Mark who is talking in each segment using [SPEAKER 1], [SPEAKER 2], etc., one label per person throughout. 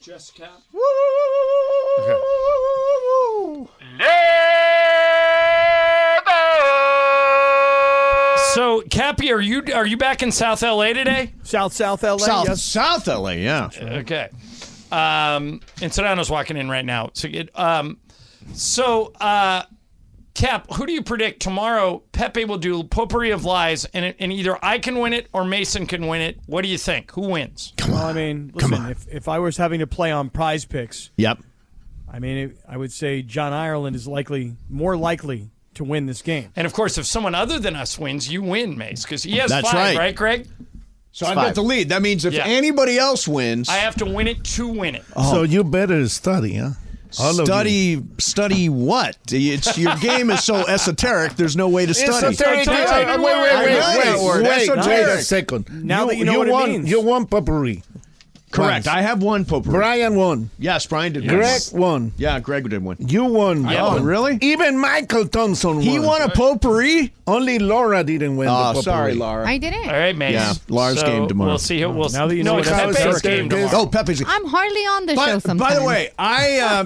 [SPEAKER 1] Jessica.
[SPEAKER 2] Okay.
[SPEAKER 1] So, Cappy, are you are you back in South LA today?
[SPEAKER 3] South South LA.
[SPEAKER 2] South
[SPEAKER 3] yes.
[SPEAKER 2] South LA, yeah.
[SPEAKER 1] Okay. Um, and Sedano's walking in right now. So, it, um, so uh, Cap, who do you predict tomorrow? Pepe will do potpourri of lies, and it, and either I can win it or Mason can win it. What do you think? Who wins?
[SPEAKER 3] Well, I mean, listen, If, if I was having to play on prize picks,
[SPEAKER 2] Yep.
[SPEAKER 3] I mean, it, I would say John Ireland is likely, more likely to win this game.
[SPEAKER 1] And of course, if someone other than us wins, you win, Mace, because he has
[SPEAKER 2] That's right.
[SPEAKER 1] five, right, Greg?
[SPEAKER 2] So I've got
[SPEAKER 4] five.
[SPEAKER 2] the lead. That means if
[SPEAKER 1] Yeah.
[SPEAKER 2] anybody else wins,
[SPEAKER 1] I have to win it to win it.
[SPEAKER 2] Oh,
[SPEAKER 4] So you better study, huh? All of you.
[SPEAKER 2] study study what? It's your game is so esoteric. There's no way to study.
[SPEAKER 1] esoteric.
[SPEAKER 4] Wait, wait,
[SPEAKER 2] Right.
[SPEAKER 4] wait, wait, wait,
[SPEAKER 2] Esoteric.
[SPEAKER 4] wait a second.
[SPEAKER 3] Now that you know what it
[SPEAKER 4] won,
[SPEAKER 3] means.
[SPEAKER 4] You won potpourri.
[SPEAKER 2] Correct.
[SPEAKER 4] Once.
[SPEAKER 2] I have one potpourri.
[SPEAKER 4] Brian won.
[SPEAKER 2] Yes, Brian did.
[SPEAKER 4] Greg
[SPEAKER 2] Yes.
[SPEAKER 4] won.
[SPEAKER 2] Yeah, Greg did one.
[SPEAKER 4] You won.
[SPEAKER 1] I
[SPEAKER 2] Oh,
[SPEAKER 1] won.
[SPEAKER 2] really?
[SPEAKER 4] Even Michael Thompson won.
[SPEAKER 2] He won a potpourri.
[SPEAKER 4] Only Laura didn't win the
[SPEAKER 2] Oh,
[SPEAKER 4] potpourri.
[SPEAKER 2] sorry, Laura.
[SPEAKER 5] I didn't.
[SPEAKER 1] All right, Mace.
[SPEAKER 2] Yeah, Lars'
[SPEAKER 1] So
[SPEAKER 2] game tomorrow.
[SPEAKER 1] We'll see who we'll
[SPEAKER 3] Now that you know
[SPEAKER 1] No,
[SPEAKER 3] what
[SPEAKER 1] it's
[SPEAKER 3] that
[SPEAKER 4] was,
[SPEAKER 1] Pepe's
[SPEAKER 4] that's
[SPEAKER 1] game
[SPEAKER 4] good.
[SPEAKER 1] tomorrow.
[SPEAKER 2] Oh, Pepe's.
[SPEAKER 5] I'm hardly on the show
[SPEAKER 2] By,
[SPEAKER 5] sometimes.
[SPEAKER 2] by the way, I uh,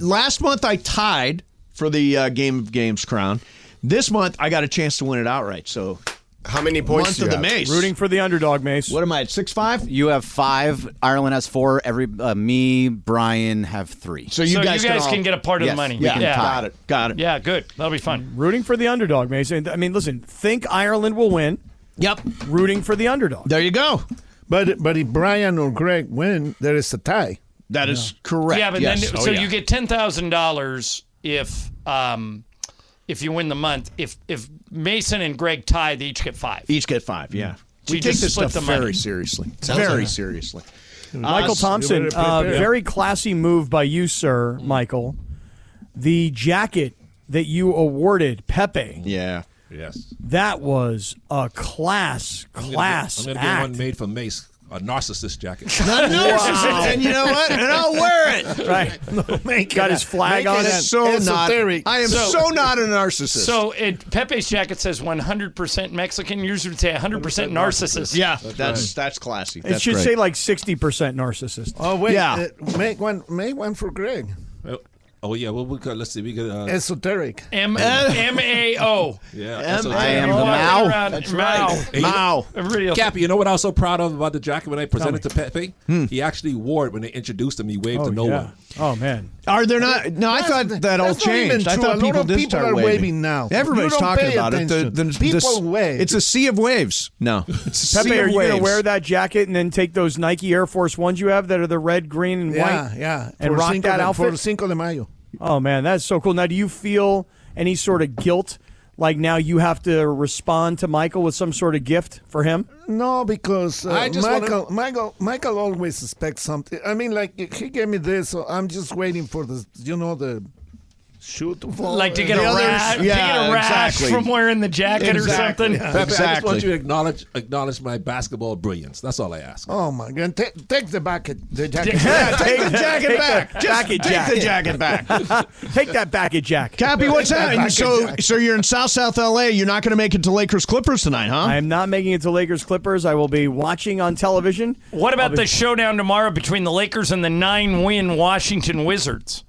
[SPEAKER 2] last month I tied for the uh, game of games crown. This month I got a chance to win it outright. So
[SPEAKER 6] How many
[SPEAKER 2] month
[SPEAKER 6] points
[SPEAKER 2] of
[SPEAKER 6] do
[SPEAKER 2] the
[SPEAKER 6] you have?
[SPEAKER 2] mace.
[SPEAKER 3] Rooting for the underdog, Mace.
[SPEAKER 2] What am I at six five?
[SPEAKER 7] You have five. Ireland has four. Every uh, me, Brian have three.
[SPEAKER 2] So you
[SPEAKER 1] So
[SPEAKER 2] guys,
[SPEAKER 1] you guys
[SPEAKER 2] all-
[SPEAKER 1] can get a part of the
[SPEAKER 7] Yes,
[SPEAKER 1] money.
[SPEAKER 7] we
[SPEAKER 2] Yeah,
[SPEAKER 7] can
[SPEAKER 1] yeah.
[SPEAKER 7] tie.
[SPEAKER 2] got it. Got it.
[SPEAKER 1] Yeah, good. That'll be fun.
[SPEAKER 3] Mm, Rooting for the underdog, Mace. And, I mean, listen, think Ireland will win.
[SPEAKER 2] Yep.
[SPEAKER 3] Rooting for the underdog.
[SPEAKER 2] There you go.
[SPEAKER 4] But but if Brian or Greg win, there is a tie.
[SPEAKER 2] That is correct.
[SPEAKER 1] Yeah, but
[SPEAKER 2] yes.
[SPEAKER 1] then
[SPEAKER 2] Oh,
[SPEAKER 1] so
[SPEAKER 2] yeah.
[SPEAKER 1] you get ten thousand dollars if um if you win the month. If if Mason and Greg tie, they each get five.
[SPEAKER 2] each get five. Yeah.
[SPEAKER 1] So
[SPEAKER 2] we
[SPEAKER 1] you
[SPEAKER 2] take
[SPEAKER 1] just
[SPEAKER 2] this
[SPEAKER 1] split
[SPEAKER 2] stuff
[SPEAKER 1] the money.
[SPEAKER 2] very seriously. very seriously. Uh,
[SPEAKER 3] Michael Thompson,
[SPEAKER 4] You better
[SPEAKER 3] uh,
[SPEAKER 4] prepare.
[SPEAKER 3] very classy move by you, sir,
[SPEAKER 2] Mm.
[SPEAKER 3] Michael. The jacket that you awarded Pepe,
[SPEAKER 2] Yeah.
[SPEAKER 6] Yes.
[SPEAKER 3] that was a class,
[SPEAKER 6] I'm gonna
[SPEAKER 3] class
[SPEAKER 6] get- I'm gonna
[SPEAKER 3] act.
[SPEAKER 6] get one made for Mace, a narcissist jacket.
[SPEAKER 2] And you know what? And I'll wear it.
[SPEAKER 3] right.
[SPEAKER 4] Make
[SPEAKER 3] Got
[SPEAKER 4] it
[SPEAKER 3] his
[SPEAKER 4] a-
[SPEAKER 3] flag
[SPEAKER 4] make
[SPEAKER 3] on
[SPEAKER 4] it
[SPEAKER 3] it.
[SPEAKER 4] a-
[SPEAKER 2] so not.
[SPEAKER 4] esoteric.
[SPEAKER 2] I am so,
[SPEAKER 1] So-
[SPEAKER 2] not a narcissist.
[SPEAKER 1] So it, Pepe's jacket says 100% Mexican. Yours would say 100% narcissist.
[SPEAKER 2] yeah, that's that's, classy.
[SPEAKER 3] It should say like 60% narcissist.
[SPEAKER 4] Oh wait,
[SPEAKER 2] Yeah.
[SPEAKER 4] uh, make one, make one for Greg.
[SPEAKER 6] Oh, oh yeah. Well, we got. Let's see. We got. Uh,
[SPEAKER 4] Esoteric.
[SPEAKER 1] M M A O.
[SPEAKER 6] yeah.
[SPEAKER 2] M-
[SPEAKER 6] so-
[SPEAKER 2] I
[SPEAKER 7] am
[SPEAKER 1] Walking
[SPEAKER 7] the Mao.
[SPEAKER 1] around-
[SPEAKER 2] right.
[SPEAKER 6] Mao.
[SPEAKER 2] Mao.
[SPEAKER 1] Everybody else.
[SPEAKER 6] Cappy, you know what I was so proud of about the jacket when I presented to Pepe? He actually wore it when they introduced him. He waved
[SPEAKER 3] oh,
[SPEAKER 6] to no
[SPEAKER 3] yeah.
[SPEAKER 6] one.
[SPEAKER 3] Oh, man.
[SPEAKER 2] Are there not? No, I thought that all
[SPEAKER 4] that's not even
[SPEAKER 2] changed. I
[SPEAKER 4] true. A
[SPEAKER 2] thought
[SPEAKER 4] lot
[SPEAKER 2] people
[SPEAKER 4] of
[SPEAKER 2] did
[SPEAKER 4] people
[SPEAKER 2] start
[SPEAKER 4] are
[SPEAKER 2] waving.
[SPEAKER 4] waving now.
[SPEAKER 2] Everybody's
[SPEAKER 4] You don't
[SPEAKER 2] talking
[SPEAKER 4] pay
[SPEAKER 2] about it. The-
[SPEAKER 4] attention.
[SPEAKER 2] the- the-
[SPEAKER 4] People wave.
[SPEAKER 2] It's a sea of waves. No, it's a
[SPEAKER 3] Pepe,
[SPEAKER 2] sea
[SPEAKER 3] are
[SPEAKER 2] of
[SPEAKER 3] you going
[SPEAKER 2] waves.
[SPEAKER 3] to wear that jacket and then take those Nike Air Force ones you have that are the red, green, and
[SPEAKER 4] Yeah,
[SPEAKER 3] white?
[SPEAKER 4] yeah.
[SPEAKER 3] And
[SPEAKER 4] for
[SPEAKER 3] rock
[SPEAKER 4] Cinco
[SPEAKER 3] that
[SPEAKER 4] de,
[SPEAKER 3] outfit?
[SPEAKER 4] for Cinco de Mayo.
[SPEAKER 3] Oh man, that's so cool. Now, do you feel any sort of guilt? Like now you have to respond to Michael with some sort of gift for him?
[SPEAKER 4] No, because uh,
[SPEAKER 2] I just wanna-
[SPEAKER 4] Michael, Michael, Michael always expects something. I mean, like he gave me this, so I'm just waiting for the, you know, the shoe to fall.
[SPEAKER 1] Like to get,
[SPEAKER 2] The
[SPEAKER 1] a,
[SPEAKER 2] others-
[SPEAKER 1] ra- to get
[SPEAKER 2] yeah,
[SPEAKER 1] a rash
[SPEAKER 2] exactly.
[SPEAKER 1] from wearing the jacket
[SPEAKER 2] Exactly.
[SPEAKER 1] or something.
[SPEAKER 2] Yeah.
[SPEAKER 6] Pepe, I just
[SPEAKER 2] Exactly.
[SPEAKER 6] want you to acknowledge acknowledge my basketball brilliance. That's all I ask.
[SPEAKER 4] Oh my God! Ta- take the bucket, the jacket.
[SPEAKER 2] Yeah, take the jacket back. Just
[SPEAKER 3] jacket,
[SPEAKER 2] take the jacket back.
[SPEAKER 3] Take that back at Jack.
[SPEAKER 2] Cappy, what's happening?
[SPEAKER 4] Jacket
[SPEAKER 2] So,
[SPEAKER 4] jack.
[SPEAKER 2] so you're in South South LA. You're not going to make it to Lakers Clippers tonight, huh?
[SPEAKER 3] I am not making it to Lakers Clippers. I will be watching on television.
[SPEAKER 1] What about the showdown tomorrow between the Lakers and the nine-win Washington Wizards?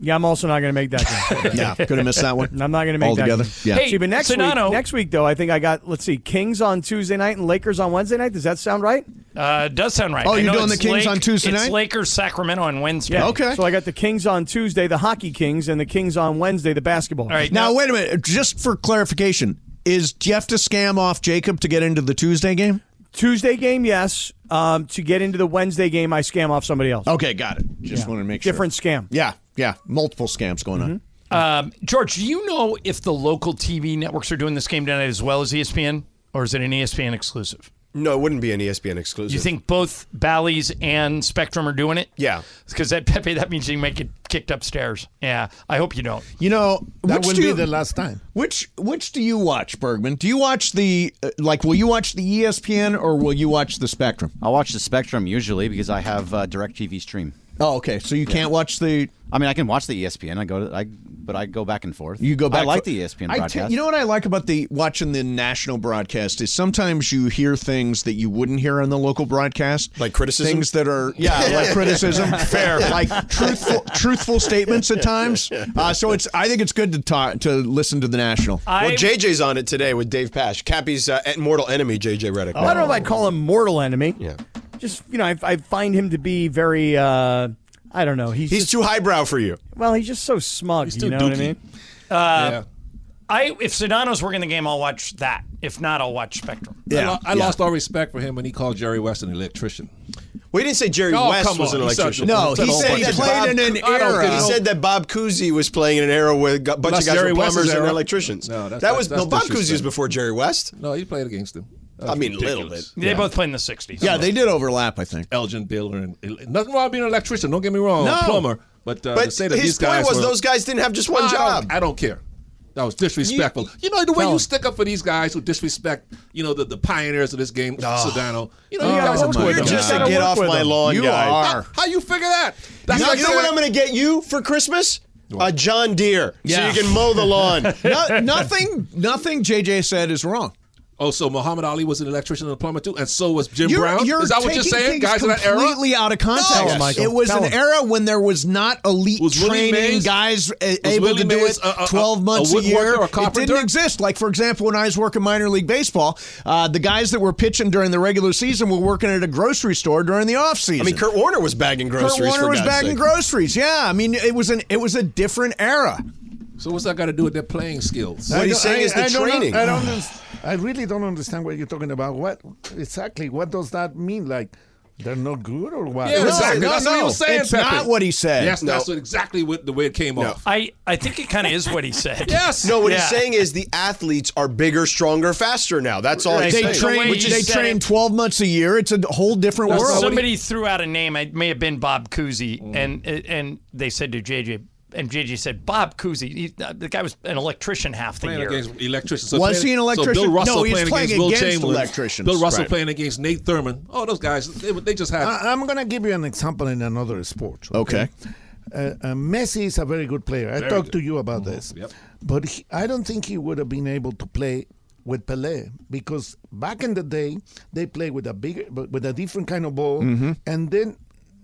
[SPEAKER 3] Yeah, I'm also not going to make that game.
[SPEAKER 2] yeah, could have missed that one.
[SPEAKER 3] I'm not going to make
[SPEAKER 2] Altogether?
[SPEAKER 3] that game.
[SPEAKER 2] Yeah.
[SPEAKER 1] Hey,
[SPEAKER 3] See, but next
[SPEAKER 1] Sedano.
[SPEAKER 3] week, next week though, I think I got let's see, Kings on Tuesday night and Lakers on Wednesday night. Does that sound right?
[SPEAKER 1] Uh, it does sound right.
[SPEAKER 2] Oh,
[SPEAKER 1] I
[SPEAKER 2] you're
[SPEAKER 1] know
[SPEAKER 2] doing the
[SPEAKER 1] it's
[SPEAKER 2] Kings on Tuesday
[SPEAKER 1] it's
[SPEAKER 2] night?
[SPEAKER 1] Lakers, Sacramento on Wednesday.
[SPEAKER 2] Okay.
[SPEAKER 3] So I got the Kings on Tuesday, the hockey Kings, and the Kings on Wednesday, the basketball.
[SPEAKER 1] All right.
[SPEAKER 2] Now, wait a minute. Just for clarification, is do you have to scam off Jacob to get into the Tuesday game?
[SPEAKER 3] Tuesday game, yes. Um, to get into the Wednesday game, I scam off somebody else.
[SPEAKER 2] Okay, got it. Just wanted to make
[SPEAKER 3] Different
[SPEAKER 2] sure.
[SPEAKER 3] scam.
[SPEAKER 2] Yeah, yeah. Multiple scams going on.
[SPEAKER 1] Um, George, do you know E if the local TV networks are doing this game tonight as well as ESPN, or is it an ESPN exclusive?
[SPEAKER 5] No, it wouldn't be an E ESPN exclusive.
[SPEAKER 1] You think both Bally's and Spectrum are doing it?
[SPEAKER 5] Yeah.
[SPEAKER 1] Because that Pepe, that means you might get kicked upstairs. Yeah. I hope you don't.
[SPEAKER 2] You know,
[SPEAKER 4] Mm-hmm. That
[SPEAKER 2] which
[SPEAKER 4] will
[SPEAKER 2] do
[SPEAKER 4] be
[SPEAKER 2] you-
[SPEAKER 4] the last time.
[SPEAKER 2] Which which do you watch, Bergman? Do you watch the uh, like? Will you watch the E ESPN or will you watch the Spectrum?
[SPEAKER 7] I'll watch the Spectrum usually because I have uh, Direct TV stream.
[SPEAKER 2] Oh, okay. So you can't watch the.
[SPEAKER 7] I mean, I can watch the E ESPN. I go to I, but I go back and forth.
[SPEAKER 2] You go back.
[SPEAKER 7] I like
[SPEAKER 2] for-
[SPEAKER 7] the E ESPN
[SPEAKER 2] I te-
[SPEAKER 7] broadcast.
[SPEAKER 2] you know what I like about the watching the national broadcast is sometimes you hear things that you wouldn't hear on the local broadcast,
[SPEAKER 5] Like criticism?
[SPEAKER 2] Things that are yeah, like criticism, fair, like truthful truthful statements at times. Uh, so it's I think it's good to talk to listen to the national.
[SPEAKER 5] Well,
[SPEAKER 1] I-
[SPEAKER 5] JJ's on it today with Dave Pash, Cappy's uh, mortal enemy, JJ Redick.
[SPEAKER 6] Oh,
[SPEAKER 3] I don't know if I'd call him mortal enemy.
[SPEAKER 5] Yeah.
[SPEAKER 3] Just you know, I, I find him to be very. Uh, I don't know. He's,
[SPEAKER 5] He's
[SPEAKER 3] just,
[SPEAKER 5] too highbrow for you.
[SPEAKER 3] well. He's just so smug. you
[SPEAKER 6] too
[SPEAKER 3] know what I
[SPEAKER 6] dookie.
[SPEAKER 3] mean?
[SPEAKER 6] yeah.
[SPEAKER 1] Uh, I If Sedano's working the game, I'll watch that. If not, I'll watch Spectrum.
[SPEAKER 6] I, lo- I lost all respect for him when he called Jerry West an electrician.
[SPEAKER 5] We didn't say Jerry
[SPEAKER 6] Oh,
[SPEAKER 5] West
[SPEAKER 6] come
[SPEAKER 5] was
[SPEAKER 6] on.
[SPEAKER 5] an
[SPEAKER 6] He said-
[SPEAKER 5] electrician.
[SPEAKER 2] No,
[SPEAKER 6] Said
[SPEAKER 2] he
[SPEAKER 6] a whole
[SPEAKER 2] said
[SPEAKER 6] bunch
[SPEAKER 2] he
[SPEAKER 6] of
[SPEAKER 2] played
[SPEAKER 6] Bob-
[SPEAKER 2] in an
[SPEAKER 6] I don't
[SPEAKER 2] era.
[SPEAKER 6] think
[SPEAKER 5] He
[SPEAKER 6] so.
[SPEAKER 5] said that Bob Cousy was playing in an era with a bunch of
[SPEAKER 6] That's
[SPEAKER 5] guys
[SPEAKER 6] Jerry
[SPEAKER 5] were
[SPEAKER 6] West's
[SPEAKER 5] plumbers and
[SPEAKER 6] era.
[SPEAKER 5] electricians.
[SPEAKER 6] No, that's-
[SPEAKER 5] that was
[SPEAKER 6] that's
[SPEAKER 5] no Bob Cousy
[SPEAKER 6] disrespect.
[SPEAKER 5] was before Jerry West.
[SPEAKER 6] No, he played against him. That
[SPEAKER 5] I
[SPEAKER 6] was
[SPEAKER 5] mean, a little
[SPEAKER 6] ridiculous.
[SPEAKER 1] They both play in the 60s.
[SPEAKER 2] yeah, they did overlap. I think.
[SPEAKER 6] Elgin Baylor and nothing wrong with being an electrician. Don't get me wrong,
[SPEAKER 2] No.
[SPEAKER 6] a plumber. But, uh, to
[SPEAKER 5] But
[SPEAKER 6] say that
[SPEAKER 5] his
[SPEAKER 6] these
[SPEAKER 5] point
[SPEAKER 6] guys
[SPEAKER 5] was
[SPEAKER 6] were-
[SPEAKER 5] those guys didn't have just one
[SPEAKER 6] I
[SPEAKER 5] job.
[SPEAKER 6] don't, I don't care. That was disrespectful. You, know the way you stick up for these guys who disrespect. You know the, the pioneers of this game,
[SPEAKER 2] Ah.
[SPEAKER 6] Sedano. You know
[SPEAKER 2] Oh
[SPEAKER 6] you guys are
[SPEAKER 3] work
[SPEAKER 6] too
[SPEAKER 3] with
[SPEAKER 5] You're
[SPEAKER 3] them.
[SPEAKER 6] young.
[SPEAKER 5] just
[SPEAKER 3] I
[SPEAKER 5] a
[SPEAKER 3] gotta
[SPEAKER 5] get
[SPEAKER 3] work
[SPEAKER 5] off
[SPEAKER 3] with
[SPEAKER 5] my
[SPEAKER 3] them.
[SPEAKER 5] lawn
[SPEAKER 2] You
[SPEAKER 5] guy.
[SPEAKER 2] are.
[SPEAKER 6] How, how you figure that? That's
[SPEAKER 5] You know,
[SPEAKER 6] like
[SPEAKER 5] you know
[SPEAKER 6] saying-
[SPEAKER 5] what I'm going to get you for Christmas? A John Deere, so you can mow the lawn.
[SPEAKER 2] no, nothing, nothing JJ said is wrong.
[SPEAKER 6] Oh, so Muhammad Ali was an electrician and a plumber too, and so was Jim
[SPEAKER 2] You're,
[SPEAKER 6] Brown.
[SPEAKER 2] you're
[SPEAKER 6] Is that what you're
[SPEAKER 2] taking
[SPEAKER 6] saying,
[SPEAKER 2] things
[SPEAKER 6] guys? In that era,
[SPEAKER 2] completely out of
[SPEAKER 6] Tell
[SPEAKER 2] context.
[SPEAKER 6] him, Michael.
[SPEAKER 2] It was
[SPEAKER 3] Oh Tell
[SPEAKER 2] an
[SPEAKER 3] him.
[SPEAKER 2] era when there was not elite
[SPEAKER 6] Was Willie
[SPEAKER 2] training
[SPEAKER 6] Mays-
[SPEAKER 2] guys a-
[SPEAKER 6] was
[SPEAKER 2] able
[SPEAKER 6] Willie
[SPEAKER 2] to do
[SPEAKER 6] Mays
[SPEAKER 2] it
[SPEAKER 6] a- a-
[SPEAKER 2] 12
[SPEAKER 6] a
[SPEAKER 2] months a,
[SPEAKER 6] woodworker
[SPEAKER 2] year.
[SPEAKER 6] or a
[SPEAKER 2] it
[SPEAKER 6] carpenter?
[SPEAKER 2] didn't exist. Like, for example, when I was working minor league baseball, uh, the guys that were pitching during the regular season were working at a grocery store during the offseason.
[SPEAKER 5] I mean, Kurt Warner was bagging
[SPEAKER 2] Kurt
[SPEAKER 5] groceries.
[SPEAKER 2] Warner
[SPEAKER 5] for
[SPEAKER 2] was
[SPEAKER 5] God's
[SPEAKER 2] bagging
[SPEAKER 5] sake.
[SPEAKER 2] groceries. Yeah, I mean, it was an it was a different era.
[SPEAKER 6] so what's that got to do with their playing skills?
[SPEAKER 5] What
[SPEAKER 4] I
[SPEAKER 5] he's
[SPEAKER 4] don't-
[SPEAKER 5] saying
[SPEAKER 4] I-
[SPEAKER 5] is the
[SPEAKER 4] I don't know-
[SPEAKER 5] training.
[SPEAKER 4] I don't. underst- I really don't understand what you're talking about. What exactly? What does that mean? Like they're not good or what?
[SPEAKER 6] Yeah,
[SPEAKER 4] What-
[SPEAKER 6] exactly.
[SPEAKER 2] no,
[SPEAKER 6] That's what
[SPEAKER 2] no.
[SPEAKER 6] he was saying.
[SPEAKER 2] It's
[SPEAKER 6] Pepe.
[SPEAKER 2] not what he said.
[SPEAKER 6] Yes,
[SPEAKER 5] No.
[SPEAKER 6] that's what, exactly what the way it came off.
[SPEAKER 1] I, I think it kind of is what he said.
[SPEAKER 6] Yes.
[SPEAKER 5] No, what
[SPEAKER 1] Yeah.
[SPEAKER 5] he's saying is the athletes are bigger, stronger, faster now. That's all he's
[SPEAKER 2] They
[SPEAKER 5] saying.
[SPEAKER 1] The way
[SPEAKER 2] train
[SPEAKER 1] you
[SPEAKER 2] they
[SPEAKER 1] said
[SPEAKER 2] train
[SPEAKER 1] it.
[SPEAKER 2] 12 months a year. It's a whole different
[SPEAKER 6] That's
[SPEAKER 2] world.
[SPEAKER 6] so-
[SPEAKER 1] Somebody threw out a name. It may have been Bob Cousy,
[SPEAKER 6] Mm.
[SPEAKER 1] and and they said to JJ, and JJ said Bob Cousy. He, uh, the guy was an electrician half the
[SPEAKER 6] playing
[SPEAKER 1] year.
[SPEAKER 6] against electricians. So
[SPEAKER 2] Was
[SPEAKER 6] playing-
[SPEAKER 2] he an
[SPEAKER 6] So
[SPEAKER 2] electrician?
[SPEAKER 6] Bill Russell
[SPEAKER 2] No, he was
[SPEAKER 6] playing,
[SPEAKER 2] playing
[SPEAKER 6] against Will
[SPEAKER 2] against
[SPEAKER 6] Chamberlain.
[SPEAKER 2] electricians.
[SPEAKER 6] Bill Russell
[SPEAKER 2] Right.
[SPEAKER 6] playing against Nate Thurman. Oh, those guys, they, they just had. Oh,
[SPEAKER 4] I, I'm gonna give you an example in another sport.
[SPEAKER 2] Okay.
[SPEAKER 4] Uh, uh, Messi is a very good player. I talked to
[SPEAKER 6] good. Mm-hmm.
[SPEAKER 4] you about this,
[SPEAKER 6] Yep.
[SPEAKER 4] but he, I don't think he would have been able to play with Pelé because back in the day they played with a bigger, but with a different kind of ball,
[SPEAKER 2] Mm-hmm.
[SPEAKER 4] and then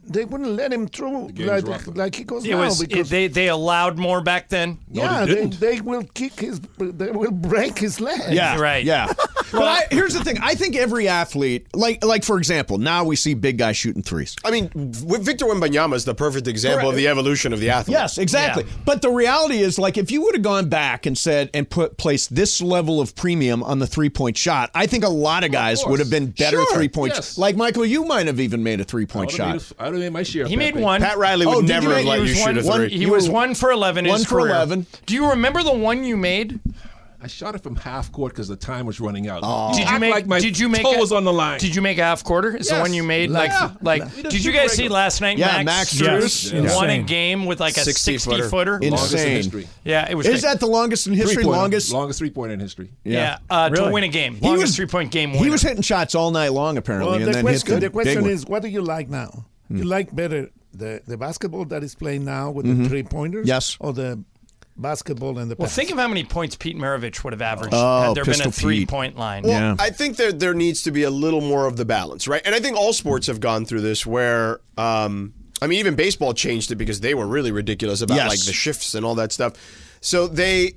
[SPEAKER 4] they wouldn't let him through
[SPEAKER 6] game's
[SPEAKER 4] like,
[SPEAKER 6] rougher.
[SPEAKER 4] like he goes
[SPEAKER 1] It
[SPEAKER 4] now
[SPEAKER 1] was
[SPEAKER 4] because
[SPEAKER 1] they they allowed more back then.
[SPEAKER 4] yeah,
[SPEAKER 6] they
[SPEAKER 4] they,
[SPEAKER 6] didn't.
[SPEAKER 4] they will kick his, they will break his leg.
[SPEAKER 2] Yeah.
[SPEAKER 1] Right.
[SPEAKER 2] Yeah. but I, here's the thing. I think every athlete, like like for example, now we see big guys shooting threes.
[SPEAKER 5] I mean, w- Victor Wembanyama is the perfect example of the evolution of the athlete.
[SPEAKER 2] Yes, exactly.
[SPEAKER 1] Yeah.
[SPEAKER 2] But the reality is, like, if you would have gone back and said and put placed this level of premium on the three point shot, I think a lot of guys
[SPEAKER 6] course.
[SPEAKER 2] would have been better
[SPEAKER 6] Sure,
[SPEAKER 2] three points.
[SPEAKER 6] yes.
[SPEAKER 2] Like Michael, you might have even made a three
[SPEAKER 6] I
[SPEAKER 2] point
[SPEAKER 6] would've made
[SPEAKER 2] shot.
[SPEAKER 6] a- I would have made my share.
[SPEAKER 1] He
[SPEAKER 6] Pepe.
[SPEAKER 1] made one.
[SPEAKER 5] Pat Riley
[SPEAKER 2] Oh,
[SPEAKER 5] would
[SPEAKER 2] did you
[SPEAKER 5] never
[SPEAKER 2] make-
[SPEAKER 5] have let
[SPEAKER 2] he
[SPEAKER 5] you
[SPEAKER 2] was
[SPEAKER 5] shoot
[SPEAKER 2] one-
[SPEAKER 5] a three.
[SPEAKER 2] one-
[SPEAKER 1] He
[SPEAKER 2] You
[SPEAKER 1] was
[SPEAKER 2] were-
[SPEAKER 1] one for eleven. in
[SPEAKER 2] one
[SPEAKER 1] his
[SPEAKER 2] for
[SPEAKER 1] career.
[SPEAKER 2] 11.
[SPEAKER 1] Do you remember the one you made?
[SPEAKER 6] I shot it from half court because the time was running out. Oh.
[SPEAKER 1] Did you make?
[SPEAKER 6] Like my
[SPEAKER 1] did you make?
[SPEAKER 6] toe
[SPEAKER 1] a-
[SPEAKER 6] was on the line.
[SPEAKER 1] Did you make a half quarter? Is the
[SPEAKER 6] Yes.
[SPEAKER 1] one you made like
[SPEAKER 6] Yeah.
[SPEAKER 1] like?
[SPEAKER 6] We don't
[SPEAKER 1] Did you
[SPEAKER 6] shoot
[SPEAKER 1] guys see
[SPEAKER 6] regular.
[SPEAKER 1] last night?
[SPEAKER 2] Yeah,
[SPEAKER 1] Max,
[SPEAKER 2] Max Drews.
[SPEAKER 1] Drews won a
[SPEAKER 3] Insane.
[SPEAKER 1] game with like a
[SPEAKER 5] 60
[SPEAKER 1] sixty,
[SPEAKER 5] footer.
[SPEAKER 1] footer.
[SPEAKER 6] Longest in
[SPEAKER 2] Insane.
[SPEAKER 6] history.
[SPEAKER 1] Yeah, it was.
[SPEAKER 2] Is
[SPEAKER 1] big.
[SPEAKER 2] that the longest in history?
[SPEAKER 6] Three-pointer.
[SPEAKER 2] Longest?
[SPEAKER 6] Longest three pointer in history.
[SPEAKER 1] Yeah, uh, to
[SPEAKER 3] Really?
[SPEAKER 1] win a game,
[SPEAKER 2] He
[SPEAKER 1] longest
[SPEAKER 2] was-
[SPEAKER 1] three point game. Winner.
[SPEAKER 2] He was hitting shots all night long, apparently,
[SPEAKER 4] Well,
[SPEAKER 2] and
[SPEAKER 4] the
[SPEAKER 2] then hit
[SPEAKER 4] question,
[SPEAKER 2] the
[SPEAKER 4] the question
[SPEAKER 2] big Hmm.
[SPEAKER 4] is, what do you like now? You like better the, the basketball that is playing now with the three pointers?
[SPEAKER 2] Mm-hmm. Yes.
[SPEAKER 4] Or the basketball and the
[SPEAKER 1] Well,
[SPEAKER 4] pass?
[SPEAKER 1] think of how many points Pete Maravich would have averaged
[SPEAKER 2] Oh,
[SPEAKER 1] had there been
[SPEAKER 2] Pistol
[SPEAKER 1] a
[SPEAKER 2] Pete.
[SPEAKER 1] three point line.
[SPEAKER 5] Well,
[SPEAKER 2] Yeah.
[SPEAKER 5] I think there there needs to be a little more of the balance, right? And I think all sports have gone through this where um I mean even baseball changed it because they were really ridiculous about
[SPEAKER 2] Yes.
[SPEAKER 5] like the shifts and all that stuff. So they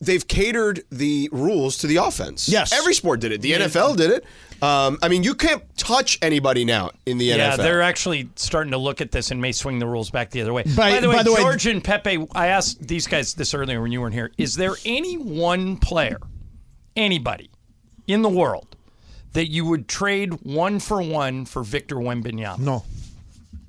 [SPEAKER 5] they've catered the rules to the offense.
[SPEAKER 2] Yes.
[SPEAKER 5] Every sport did it. The NFL did it. Um, I mean you can't touch anybody now in the
[SPEAKER 1] yeah,
[SPEAKER 5] NFL.
[SPEAKER 1] they're actually starting to look at this and may swing the rules back the other way.
[SPEAKER 2] By-
[SPEAKER 1] the way,
[SPEAKER 2] by the way-
[SPEAKER 1] George and Pepe, I asked these guys this earlier when you weren't here. Is there any one player, anybody in the world, that you would trade one for one for Victor Wembanyama?
[SPEAKER 4] no.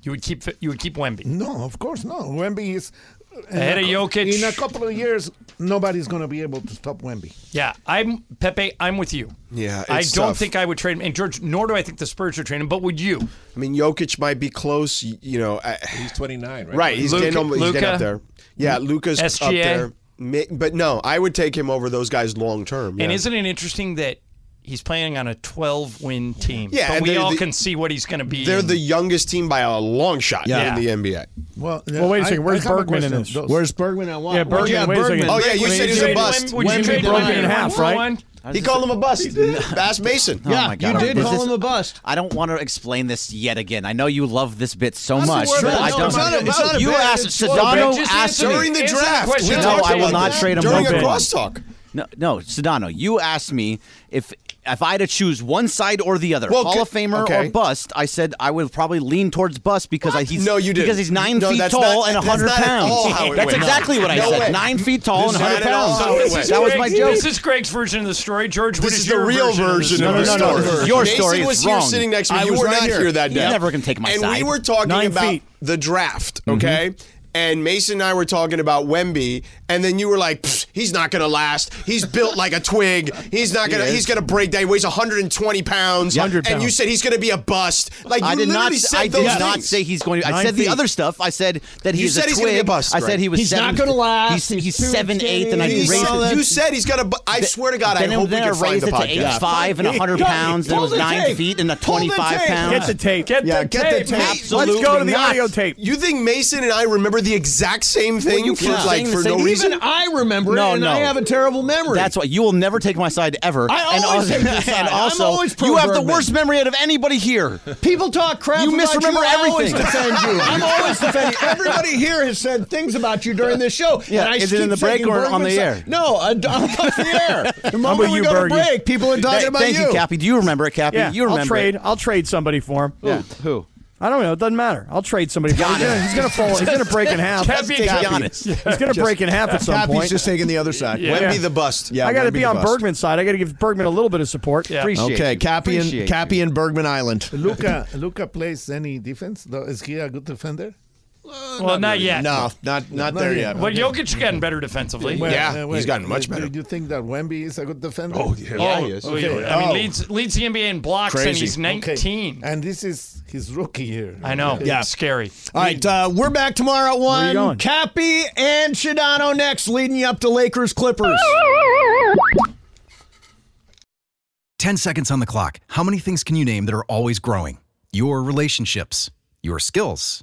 [SPEAKER 1] You would keep you would keep Wemby.
[SPEAKER 4] No, of course not. Wemby is uh,
[SPEAKER 1] Ahead of Jokic.
[SPEAKER 4] In a couple of years, nobody's going to be able to stop Wemby.
[SPEAKER 1] Yeah, I'm Pepe. I'm with you.
[SPEAKER 5] Yeah,
[SPEAKER 1] I
[SPEAKER 5] it's
[SPEAKER 1] don't
[SPEAKER 5] tough.
[SPEAKER 1] think I would trade him, and George, nor do I think the Spurs would trade him. But would you?
[SPEAKER 5] I mean, Jokic might be close. y- You know, I,
[SPEAKER 6] He's 29, right?
[SPEAKER 5] right? He's,
[SPEAKER 1] Luka-
[SPEAKER 5] getting, almost- he's getting
[SPEAKER 1] Luka?
[SPEAKER 5] up there. Yeah, Luca's up
[SPEAKER 1] SGA?
[SPEAKER 5] there. Ma- But no, I would take him over those guys long term.
[SPEAKER 1] And
[SPEAKER 5] yeah.
[SPEAKER 1] isn't it interesting that he's playing on a 12 win team?
[SPEAKER 5] Yeah,
[SPEAKER 1] but
[SPEAKER 5] and
[SPEAKER 1] we
[SPEAKER 5] they're
[SPEAKER 1] all
[SPEAKER 5] the-
[SPEAKER 1] can see what he's going to be.
[SPEAKER 5] they're
[SPEAKER 1] in-
[SPEAKER 5] the youngest team by a long shot
[SPEAKER 1] Yeah.
[SPEAKER 5] in the NBA.
[SPEAKER 4] Well,
[SPEAKER 3] Well, wait a second, where's
[SPEAKER 4] have a
[SPEAKER 3] Bergman in
[SPEAKER 4] question.
[SPEAKER 3] this?
[SPEAKER 4] Those-
[SPEAKER 2] Where's Bergman? I want.
[SPEAKER 3] Yeah,
[SPEAKER 2] Well,
[SPEAKER 3] Bergman, wait a second.
[SPEAKER 5] Oh yeah, you
[SPEAKER 1] Would
[SPEAKER 5] said
[SPEAKER 1] you
[SPEAKER 5] he's a
[SPEAKER 1] trade
[SPEAKER 5] bust.
[SPEAKER 1] Wem- Would you
[SPEAKER 3] Wemby
[SPEAKER 1] trade
[SPEAKER 3] broken
[SPEAKER 1] Wemby
[SPEAKER 3] in half, right?
[SPEAKER 1] One?
[SPEAKER 5] He called him a bust. Bass Mason.
[SPEAKER 2] Yeah,
[SPEAKER 7] Oh, my
[SPEAKER 2] you
[SPEAKER 7] God.
[SPEAKER 2] did
[SPEAKER 7] This
[SPEAKER 2] call
[SPEAKER 7] is-
[SPEAKER 2] him a bust.
[SPEAKER 7] I don't want to explain this yet again. I know you love this bit so much.
[SPEAKER 5] word
[SPEAKER 7] but
[SPEAKER 5] about
[SPEAKER 7] I
[SPEAKER 5] it.
[SPEAKER 7] don't.
[SPEAKER 5] It's not a- it's not a
[SPEAKER 7] you
[SPEAKER 5] bit,
[SPEAKER 7] asked
[SPEAKER 5] it's
[SPEAKER 7] Sedano
[SPEAKER 1] Just
[SPEAKER 7] asked
[SPEAKER 1] answer
[SPEAKER 7] me.
[SPEAKER 5] During the
[SPEAKER 1] Answer the
[SPEAKER 5] draft,
[SPEAKER 1] question.
[SPEAKER 5] we
[SPEAKER 1] No,
[SPEAKER 5] talked
[SPEAKER 7] I will
[SPEAKER 5] about
[SPEAKER 7] not
[SPEAKER 5] that
[SPEAKER 7] trade him
[SPEAKER 5] during
[SPEAKER 7] one
[SPEAKER 5] a
[SPEAKER 7] bit.
[SPEAKER 5] crosstalk.
[SPEAKER 7] No, no, Sedano, you asked me if if I had to choose one side or the other,
[SPEAKER 5] Well,
[SPEAKER 7] Hall
[SPEAKER 5] c-
[SPEAKER 7] of Famer
[SPEAKER 5] okay.
[SPEAKER 7] or bust. I said I would probably lean towards bust because I, he's
[SPEAKER 5] No, you didn't.
[SPEAKER 7] because he's nine
[SPEAKER 5] No,
[SPEAKER 7] feet
[SPEAKER 5] that's
[SPEAKER 7] tall
[SPEAKER 5] not-
[SPEAKER 7] and
[SPEAKER 5] that's
[SPEAKER 7] hundred
[SPEAKER 5] not at
[SPEAKER 7] pounds.
[SPEAKER 5] all how it
[SPEAKER 7] that's
[SPEAKER 5] went.
[SPEAKER 7] exactly what I
[SPEAKER 5] No
[SPEAKER 7] said.
[SPEAKER 5] way.
[SPEAKER 7] Nine feet tall
[SPEAKER 5] This
[SPEAKER 7] and
[SPEAKER 5] is
[SPEAKER 7] hundred
[SPEAKER 5] not at all
[SPEAKER 7] pounds.
[SPEAKER 5] how it went.
[SPEAKER 7] that was my
[SPEAKER 1] Greg's-
[SPEAKER 7] joke.
[SPEAKER 1] This is Craig's version of the story. George, what
[SPEAKER 5] This
[SPEAKER 1] is,
[SPEAKER 5] is the
[SPEAKER 1] your
[SPEAKER 5] real version
[SPEAKER 1] of
[SPEAKER 5] of
[SPEAKER 1] the
[SPEAKER 5] the
[SPEAKER 1] story?
[SPEAKER 7] no, no, this
[SPEAKER 5] story.
[SPEAKER 7] is your
[SPEAKER 5] Jason
[SPEAKER 7] story,
[SPEAKER 5] was
[SPEAKER 7] it's
[SPEAKER 5] here
[SPEAKER 7] wrong.
[SPEAKER 5] sitting next to me.
[SPEAKER 7] I
[SPEAKER 5] You
[SPEAKER 7] was
[SPEAKER 5] were
[SPEAKER 7] right
[SPEAKER 5] not
[SPEAKER 7] here.
[SPEAKER 5] here that
[SPEAKER 7] You
[SPEAKER 5] day.
[SPEAKER 7] never can take my
[SPEAKER 5] and
[SPEAKER 7] side. Mm-hmm.
[SPEAKER 5] we were talking
[SPEAKER 3] Nine
[SPEAKER 5] about
[SPEAKER 3] feet.
[SPEAKER 5] the draft, okay? And Mason and I were talking about Wemby, and then you were like, "Pfft, "He's not gonna last. He's built like a twig. He's not gonna. he's gonna break down. He weighs 120 pounds. And
[SPEAKER 3] 100
[SPEAKER 5] you
[SPEAKER 3] pounds.
[SPEAKER 5] said he's gonna be a bust. Like
[SPEAKER 7] I
[SPEAKER 5] you
[SPEAKER 7] did not.
[SPEAKER 5] literally said
[SPEAKER 7] I
[SPEAKER 5] those
[SPEAKER 7] did not
[SPEAKER 5] things.
[SPEAKER 7] say he's going. to I
[SPEAKER 3] Nine
[SPEAKER 7] said
[SPEAKER 3] feet.
[SPEAKER 7] the other stuff. I said that
[SPEAKER 5] You
[SPEAKER 7] he's
[SPEAKER 5] said
[SPEAKER 7] a
[SPEAKER 5] he's
[SPEAKER 7] twig.
[SPEAKER 5] gonna be a bust,
[SPEAKER 7] I said
[SPEAKER 5] right?
[SPEAKER 7] he was.
[SPEAKER 2] He's
[SPEAKER 7] seven,
[SPEAKER 2] not gonna last.
[SPEAKER 7] He's,
[SPEAKER 2] He's
[SPEAKER 7] he's
[SPEAKER 2] too
[SPEAKER 7] seven eighth, and I
[SPEAKER 5] He
[SPEAKER 7] raised
[SPEAKER 5] said-
[SPEAKER 7] it.
[SPEAKER 5] you said he's gonna. bu- I swear to God, I
[SPEAKER 7] then
[SPEAKER 5] hope we
[SPEAKER 7] then I
[SPEAKER 5] can find
[SPEAKER 7] raised
[SPEAKER 5] the
[SPEAKER 7] it to eight
[SPEAKER 5] podcast.
[SPEAKER 7] five and
[SPEAKER 2] Hey,
[SPEAKER 7] hundred
[SPEAKER 2] Johnny,
[SPEAKER 7] pounds. Then it
[SPEAKER 2] pull
[SPEAKER 7] was
[SPEAKER 2] the
[SPEAKER 7] nine
[SPEAKER 2] tape.
[SPEAKER 7] feet and a
[SPEAKER 5] Pull the
[SPEAKER 7] twenty-five
[SPEAKER 5] tape.
[SPEAKER 7] pounds.
[SPEAKER 3] Get the tape.
[SPEAKER 1] Get
[SPEAKER 2] Yeah,
[SPEAKER 1] the
[SPEAKER 2] get the
[SPEAKER 1] tape.
[SPEAKER 2] tape.
[SPEAKER 1] man.
[SPEAKER 7] Absolutely
[SPEAKER 3] Let's go to the
[SPEAKER 7] not.
[SPEAKER 3] audio tape.
[SPEAKER 5] You think Mason and I remember the exact same thing
[SPEAKER 7] you
[SPEAKER 5] for,
[SPEAKER 7] keep
[SPEAKER 5] like
[SPEAKER 7] saying the
[SPEAKER 5] for
[SPEAKER 7] same-
[SPEAKER 5] no
[SPEAKER 7] Even
[SPEAKER 5] reason?
[SPEAKER 2] I remember
[SPEAKER 7] No,
[SPEAKER 2] it, and I
[SPEAKER 7] no.
[SPEAKER 2] have a terrible memory.
[SPEAKER 7] That's why you will never take my side ever.
[SPEAKER 2] I
[SPEAKER 7] and
[SPEAKER 2] always
[SPEAKER 7] also,
[SPEAKER 2] take your side.
[SPEAKER 7] And
[SPEAKER 2] I'm
[SPEAKER 7] also,
[SPEAKER 2] always pro
[SPEAKER 7] you have the
[SPEAKER 2] Bergman.
[SPEAKER 7] worst memory out of anybody here.
[SPEAKER 2] People talk crap.
[SPEAKER 7] You
[SPEAKER 2] about
[SPEAKER 7] misremember
[SPEAKER 2] you. I always
[SPEAKER 7] everything.
[SPEAKER 2] defend you. I'm always defending. Everybody here has said things about you during this show.
[SPEAKER 7] Yeah,
[SPEAKER 2] and I
[SPEAKER 7] is it
[SPEAKER 2] keep
[SPEAKER 7] in the break
[SPEAKER 2] taking
[SPEAKER 7] or on
[SPEAKER 2] Bergman's
[SPEAKER 7] the
[SPEAKER 2] side.
[SPEAKER 7] air?
[SPEAKER 2] No, I- I'm off the air. The moment
[SPEAKER 3] about
[SPEAKER 2] we
[SPEAKER 3] you,
[SPEAKER 2] go to
[SPEAKER 3] Bergie?
[SPEAKER 2] break, people are talking
[SPEAKER 7] Th-
[SPEAKER 2] about
[SPEAKER 7] Thank you, Cappy. Do you remember it, Cappy?
[SPEAKER 3] Yeah,
[SPEAKER 7] you remember
[SPEAKER 3] I'll trade.
[SPEAKER 7] It.
[SPEAKER 3] I'll trade somebody for him.
[SPEAKER 7] Yeah. Who?
[SPEAKER 3] I don't know. It doesn't matter. I'll trade somebody. For him. He's, gonna, he's gonna fall. He's gonna break in half.
[SPEAKER 1] Just
[SPEAKER 3] He's
[SPEAKER 1] take
[SPEAKER 3] gonna-
[SPEAKER 7] Giannis.
[SPEAKER 3] He's gonna break in half at some
[SPEAKER 2] Cappy's
[SPEAKER 3] point.
[SPEAKER 2] just taking the other side.
[SPEAKER 1] Yeah.
[SPEAKER 5] Wemby the bust.
[SPEAKER 2] Yeah,
[SPEAKER 3] I got to
[SPEAKER 2] Wemby
[SPEAKER 3] be
[SPEAKER 2] the
[SPEAKER 3] on
[SPEAKER 2] bust.
[SPEAKER 3] Bergman's side. I got to give Bergman a little bit of support.
[SPEAKER 1] Yeah.
[SPEAKER 7] Appreciate
[SPEAKER 2] Okay,
[SPEAKER 7] you.
[SPEAKER 2] Cappy
[SPEAKER 7] Appreciate
[SPEAKER 2] and Cappy
[SPEAKER 7] you.
[SPEAKER 2] and Bergman Island.
[SPEAKER 4] Luca, Luca plays any defense? Though, Is he a good defender?
[SPEAKER 1] Well, not yet.
[SPEAKER 2] No, not not there yet.
[SPEAKER 1] But Jokic gotten better defensively.
[SPEAKER 4] Well,
[SPEAKER 5] Yeah,
[SPEAKER 4] uh,
[SPEAKER 5] he's
[SPEAKER 4] wait,
[SPEAKER 5] gotten much
[SPEAKER 4] do-
[SPEAKER 5] better.
[SPEAKER 4] Do you think that Wemby is a good defender?
[SPEAKER 6] Oh, yeah.
[SPEAKER 1] Oh,
[SPEAKER 5] he is.
[SPEAKER 1] oh, yeah.
[SPEAKER 4] Okay.
[SPEAKER 1] I mean,
[SPEAKER 2] Oh.
[SPEAKER 1] leads leads the NBA in blocks, and
[SPEAKER 2] Crazy.
[SPEAKER 1] he's
[SPEAKER 4] Okay.
[SPEAKER 1] 19.
[SPEAKER 4] And this is his rookie year.
[SPEAKER 1] I know.
[SPEAKER 2] Yeah.
[SPEAKER 1] It's scary.
[SPEAKER 2] All right, uh, we're back tomorrow at
[SPEAKER 3] you
[SPEAKER 2] one.
[SPEAKER 3] going?
[SPEAKER 2] Cappy and Shadano next, leading you up to Lakers Clippers.
[SPEAKER 8] 10 seconds on the clock. How many things can you name that are always growing? Your relationships, your skills,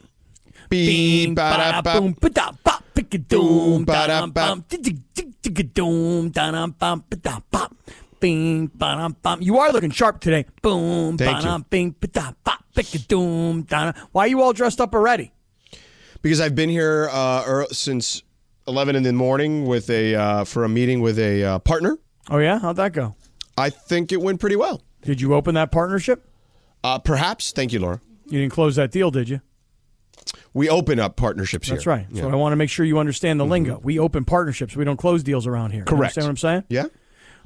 [SPEAKER 2] beep,
[SPEAKER 3] Bing,
[SPEAKER 2] ba,
[SPEAKER 3] ba,
[SPEAKER 2] da, ba.
[SPEAKER 3] da, boom, ba, da, ba, pick a doom,
[SPEAKER 2] ba,
[SPEAKER 3] da,
[SPEAKER 2] da,
[SPEAKER 3] da,
[SPEAKER 2] ba.
[SPEAKER 3] bum, dig, dig, dig, dig, a doom, da, da, bum, ba, da, bop. Bing, ba, da, bum. You are looking sharp today. Boom, ba,
[SPEAKER 2] Thank you.
[SPEAKER 3] da, bing, ba, da, bop, pick a doom, da, da. Why are you all dressed up already?
[SPEAKER 5] because I've been here uh, er, since eleven in the morning with a uh, for a meeting with a uh, partner.
[SPEAKER 3] Oh yeah, how'd that go?
[SPEAKER 5] I think it went pretty well.
[SPEAKER 3] Did you open that partnership?
[SPEAKER 5] Uh, perhaps. Thank you, Laura.
[SPEAKER 3] You didn't close that deal, did you?
[SPEAKER 5] We open up partnerships
[SPEAKER 3] That's
[SPEAKER 5] here.
[SPEAKER 3] right. So I want to make sure you understand the lingo. We open partnerships. We don't close deals around here. You
[SPEAKER 5] Mm-hmm. Correct.
[SPEAKER 3] understand what I'm saying?
[SPEAKER 5] Yeah.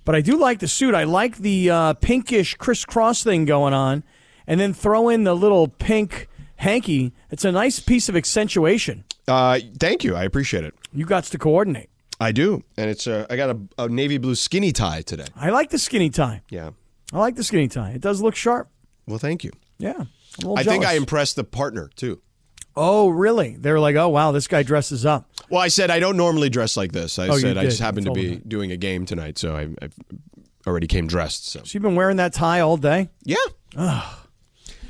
[SPEAKER 3] But I do like the suit. I like the uh, pinkish crisscross thing going on, and then throw in the little pink hanky. It's a nice piece of accentuation.
[SPEAKER 5] Uh, thank you. I appreciate it.
[SPEAKER 3] You got to coordinate.
[SPEAKER 5] I do, and it's uh, I got a, a navy blue skinny tie today.
[SPEAKER 3] I like the skinny tie.
[SPEAKER 5] Yeah.
[SPEAKER 3] I like the skinny tie. It does look sharp.
[SPEAKER 5] Well, thank you.
[SPEAKER 3] Yeah. I'm a little
[SPEAKER 5] I think I
[SPEAKER 3] jealous.
[SPEAKER 5] impressed the partner too.
[SPEAKER 3] Oh, really? They're like, oh wow, this guy dresses up.
[SPEAKER 5] Well, I said I don't normally dress like this. I
[SPEAKER 3] Oh, you
[SPEAKER 5] said I
[SPEAKER 3] did.
[SPEAKER 5] just happened
[SPEAKER 3] You
[SPEAKER 5] to
[SPEAKER 3] told
[SPEAKER 5] be
[SPEAKER 3] me
[SPEAKER 5] doing a game tonight, so I, I already came dressed. So
[SPEAKER 3] So you've been wearing that tie all day?
[SPEAKER 5] yeah,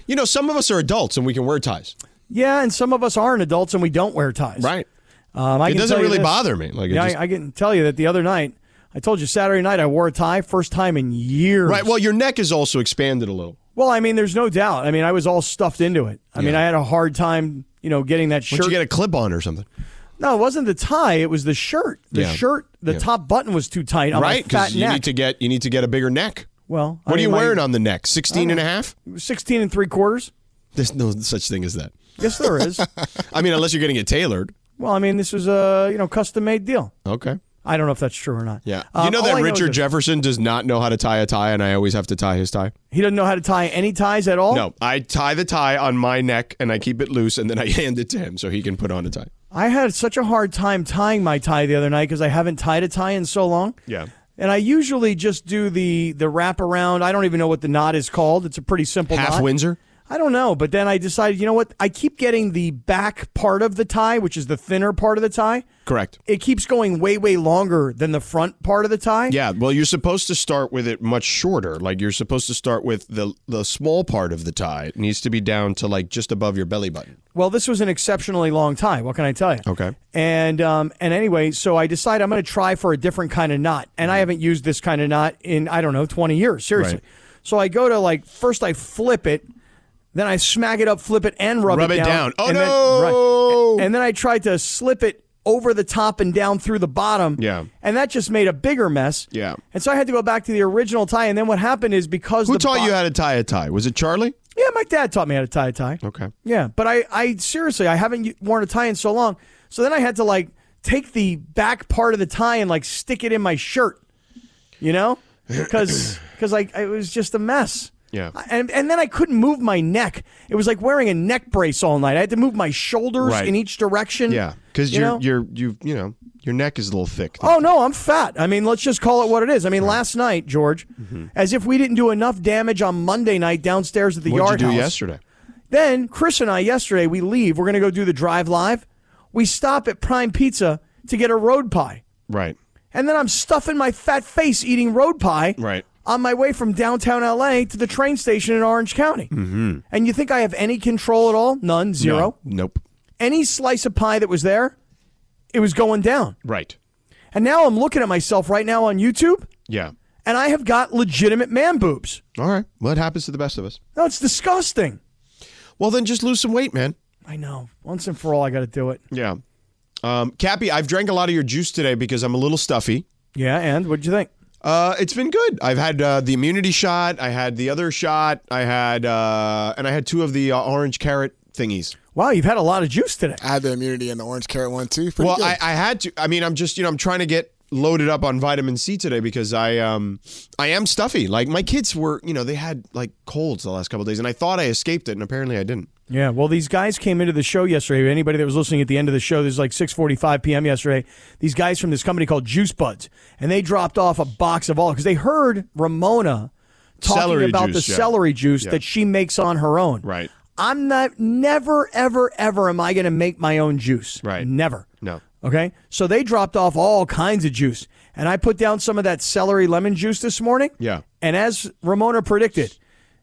[SPEAKER 5] you know, some of us are adults and we can wear ties.
[SPEAKER 3] Yeah, and some of us aren't adults and we don't wear ties.
[SPEAKER 5] Right.
[SPEAKER 3] Um, I
[SPEAKER 5] It
[SPEAKER 3] can
[SPEAKER 5] doesn't
[SPEAKER 3] tell you
[SPEAKER 5] really
[SPEAKER 3] this.
[SPEAKER 5] bother me. Like, it
[SPEAKER 3] yeah, I-
[SPEAKER 5] just-
[SPEAKER 3] I, can tell you that the other night, I told you Saturday night I wore a tie, first time in years.
[SPEAKER 5] Right. Well, your neck is also expanded a little.
[SPEAKER 3] Well, I mean, there's no doubt. I mean, I was all stuffed into it. I mean, I had a hard time, you know, getting that
[SPEAKER 5] Would
[SPEAKER 3] shirt.
[SPEAKER 5] you get a clip on or something?
[SPEAKER 3] no, it wasn't the tie; it was the shirt. The
[SPEAKER 5] Yeah.
[SPEAKER 3] shirt, the
[SPEAKER 5] Yeah.
[SPEAKER 3] top button was too tight on
[SPEAKER 5] right.
[SPEAKER 3] my fat
[SPEAKER 5] you
[SPEAKER 3] neck.
[SPEAKER 5] need to get you need to get a bigger neck.
[SPEAKER 3] well,
[SPEAKER 5] What
[SPEAKER 3] I
[SPEAKER 5] are you
[SPEAKER 3] mean, my
[SPEAKER 5] wearing on the neck? 16 and a half?
[SPEAKER 3] 16 and three quarters?
[SPEAKER 5] There's no such thing as that.
[SPEAKER 3] Yes, there is.
[SPEAKER 5] I mean, unless you're getting it tailored.
[SPEAKER 3] well, I mean, this was a you know custom made deal.
[SPEAKER 5] Okay.
[SPEAKER 3] I don't know if that's true or not.
[SPEAKER 5] Yeah.
[SPEAKER 3] Um,
[SPEAKER 5] you know
[SPEAKER 3] all I
[SPEAKER 5] that
[SPEAKER 3] is
[SPEAKER 5] Richard
[SPEAKER 3] that
[SPEAKER 5] Jefferson does not know how to tie a tie, and I always have to tie his tie?
[SPEAKER 3] He doesn't know how to tie any ties at all.
[SPEAKER 5] No, I tie the tie on my neck and I keep it loose and then I hand it to him so he can put on a tie.
[SPEAKER 3] I had such a hard time tying my tie the other night because I haven't tied a tie in so long.
[SPEAKER 5] Yeah.
[SPEAKER 3] And I usually just do the the wrap around. I don't even know what the knot is called. It's a pretty simple
[SPEAKER 5] Half
[SPEAKER 3] knot.
[SPEAKER 5] Windsor?
[SPEAKER 3] I don't know, but then I decided, you know what? I keep getting the back part of the tie, which is the thinner part of the tie.
[SPEAKER 5] Correct.
[SPEAKER 3] It keeps going way way longer than the front part of the tie.
[SPEAKER 5] Yeah, well, you're supposed to start with it much shorter. Like you're supposed to start with the the small part of the tie. It needs to be down to like just above your belly button.
[SPEAKER 3] Well, this was an exceptionally long tie. What can I tell you?
[SPEAKER 5] Okay.
[SPEAKER 3] And um, and anyway, so I decide I'm going to try for a different kind of knot, and I haven't used this kind of knot in I don't know 20 years, seriously.
[SPEAKER 5] Mm-hmm. Right.
[SPEAKER 3] So I go to like first I flip it, then I smack it up, flip it, and rub,
[SPEAKER 5] Rub it down. Oh,
[SPEAKER 3] and
[SPEAKER 5] no!
[SPEAKER 3] Then, right. And then I tried to slip it over the top and down through the bottom.
[SPEAKER 5] Yeah.
[SPEAKER 3] And that just made a bigger mess.
[SPEAKER 5] Yeah.
[SPEAKER 3] And so I had to go back to the original tie, and then what happened is because
[SPEAKER 5] Who
[SPEAKER 3] the
[SPEAKER 5] taught
[SPEAKER 3] bo-
[SPEAKER 5] you how to tie a tie? Was it Charlie?
[SPEAKER 3] Yeah, my dad taught me how to tie a tie.
[SPEAKER 5] Okay.
[SPEAKER 3] Yeah, but I, I seriously, I haven't u- worn a tie in so long. So then I had to like take the back part of the tie and like stick it in my shirt, you know, because because like it was just a mess.
[SPEAKER 5] Yeah.
[SPEAKER 3] I- And and then I couldn't move my neck. It was like wearing a neck brace all night. I had to move my shoulders
[SPEAKER 5] Right.
[SPEAKER 3] in each direction.
[SPEAKER 5] Yeah, because
[SPEAKER 3] you
[SPEAKER 5] your
[SPEAKER 3] know?
[SPEAKER 5] your you you know your neck is a little thick.
[SPEAKER 3] Oh no, I'm fat. I mean, let's just call it what it is. I mean, last night, George,
[SPEAKER 5] Mm-hmm.
[SPEAKER 3] as if we didn't do enough damage on Monday night downstairs at the
[SPEAKER 5] What
[SPEAKER 3] yard
[SPEAKER 5] did you do
[SPEAKER 3] house.
[SPEAKER 5] yesterday?
[SPEAKER 3] Then Chris and I yesterday we leave. We're gonna go do the drive live. We stop at Prime Pizza to get a road pie,
[SPEAKER 5] Right.
[SPEAKER 3] and then I'm stuffing my fat face eating road pie.
[SPEAKER 5] Right.
[SPEAKER 3] On my way from downtown LA to the train station in Orange County. Mm-hmm. And you think I have any control at all? None, zero.
[SPEAKER 5] No. Nope.
[SPEAKER 3] Any slice of pie that was there, it was going down.
[SPEAKER 5] Right.
[SPEAKER 3] And now I'm looking at myself right now on YouTube,
[SPEAKER 5] Yeah.
[SPEAKER 3] and I have got legitimate man boobs.
[SPEAKER 5] All right. Well, it happens to the best of us.
[SPEAKER 3] No, it's disgusting.
[SPEAKER 5] Well, then just lose some weight, man.
[SPEAKER 3] I know. Once and for all, I got to do it.
[SPEAKER 5] Yeah. Um, Cappy, I've drank a lot of your juice today because I'm a little stuffy.
[SPEAKER 3] Yeah, and what'd you think?
[SPEAKER 5] Uh, it's been good. I've had uh, the immunity shot. I had the other shot. I had uh, and I had two of the uh, orange carrot thingies.
[SPEAKER 3] Wow, you've had a lot of juice today.
[SPEAKER 9] I had the immunity and the orange carrot one too. Pretty
[SPEAKER 5] well,
[SPEAKER 9] good.
[SPEAKER 5] I, I had to. I mean, I'm just you know I'm trying to get loaded up on vitamin C today because I um I am stuffy. Like my kids were you know they had like colds the last couple of days and I thought I escaped it and apparently I didn't.
[SPEAKER 3] Yeah, well, these guys came into the show yesterday. Anybody that was listening at the end of the show, this is like 6:45 p.m. yesterday. These guys from this company called Juice Buds, and they dropped off a box of all because they heard Ramona talking
[SPEAKER 5] Celery
[SPEAKER 3] about
[SPEAKER 5] juice,
[SPEAKER 3] the
[SPEAKER 5] yeah.
[SPEAKER 3] celery juice
[SPEAKER 5] Yeah.
[SPEAKER 3] that she makes on her own.
[SPEAKER 5] Right.
[SPEAKER 3] I'm not never ever ever am I going to make my own juice.
[SPEAKER 5] Right.
[SPEAKER 3] Never.
[SPEAKER 5] No.
[SPEAKER 3] Okay? So they dropped off all kinds of juice. And I put down some of that celery lemon juice this morning.
[SPEAKER 5] Yeah.
[SPEAKER 3] And as Ramona predicted,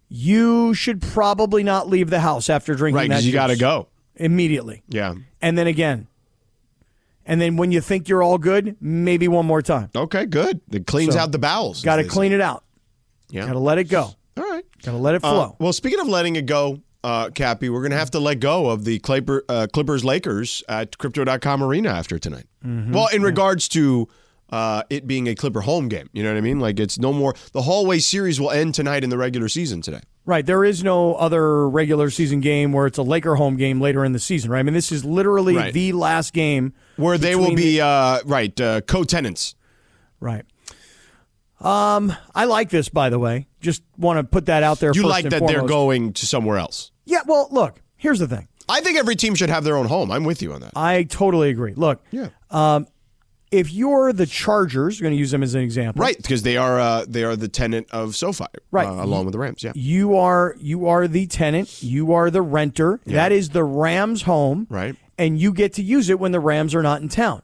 [SPEAKER 3] you should probably not leave the house after drinking
[SPEAKER 5] Right,
[SPEAKER 3] that
[SPEAKER 5] because you
[SPEAKER 3] juice
[SPEAKER 5] got to go.
[SPEAKER 3] immediately.
[SPEAKER 5] Yeah.
[SPEAKER 3] And then again. And then when you think you're all good, maybe one more time.
[SPEAKER 5] Okay. Good. It cleans
[SPEAKER 3] So,
[SPEAKER 5] out the bowels. as
[SPEAKER 3] Got to
[SPEAKER 5] they say.
[SPEAKER 3] clean it out.
[SPEAKER 5] Yeah.
[SPEAKER 3] Got to let it go.
[SPEAKER 5] All right.
[SPEAKER 3] Got to let it
[SPEAKER 5] Uh,
[SPEAKER 3] flow.
[SPEAKER 5] well, speaking of letting it go, uh, Cappy, we're going to have to let go of the Clipper, uh, Clippers Lakers at Crypto.com Arena after tonight.
[SPEAKER 3] Mm-hmm.
[SPEAKER 10] Mhm.
[SPEAKER 5] Well, in regards to uh, it being a Clipper home game, you know what I mean? Like it's no more. The hallway series will end tonight in the regular season today.
[SPEAKER 3] Right. There is no other regular season game where it's a Laker home game later in the season, right? I mean, this is literally
[SPEAKER 5] Right.
[SPEAKER 3] the last game
[SPEAKER 5] where they will be uh, right uh, co-tenants.
[SPEAKER 3] Right. Um, I like this, by the way. Just want to put that out there.
[SPEAKER 5] You
[SPEAKER 3] first
[SPEAKER 5] like
[SPEAKER 3] and
[SPEAKER 5] that they're
[SPEAKER 3] foremost.
[SPEAKER 5] going to somewhere else.
[SPEAKER 3] Yeah. Well, look. Here's the thing.
[SPEAKER 5] I think every team should have their own home. I'm with you on that.
[SPEAKER 3] I totally agree. Look. Yeah. Um, if you're the Chargers, going to use them as an example.
[SPEAKER 5] Right, because they are uh, they are the tenant of SoFi,
[SPEAKER 3] Right.
[SPEAKER 5] uh, along with the Rams. Yeah,
[SPEAKER 3] You are you are the tenant. You are the renter. That is the Rams' home.
[SPEAKER 5] Right.
[SPEAKER 3] And you get to use it when the Rams are not in town.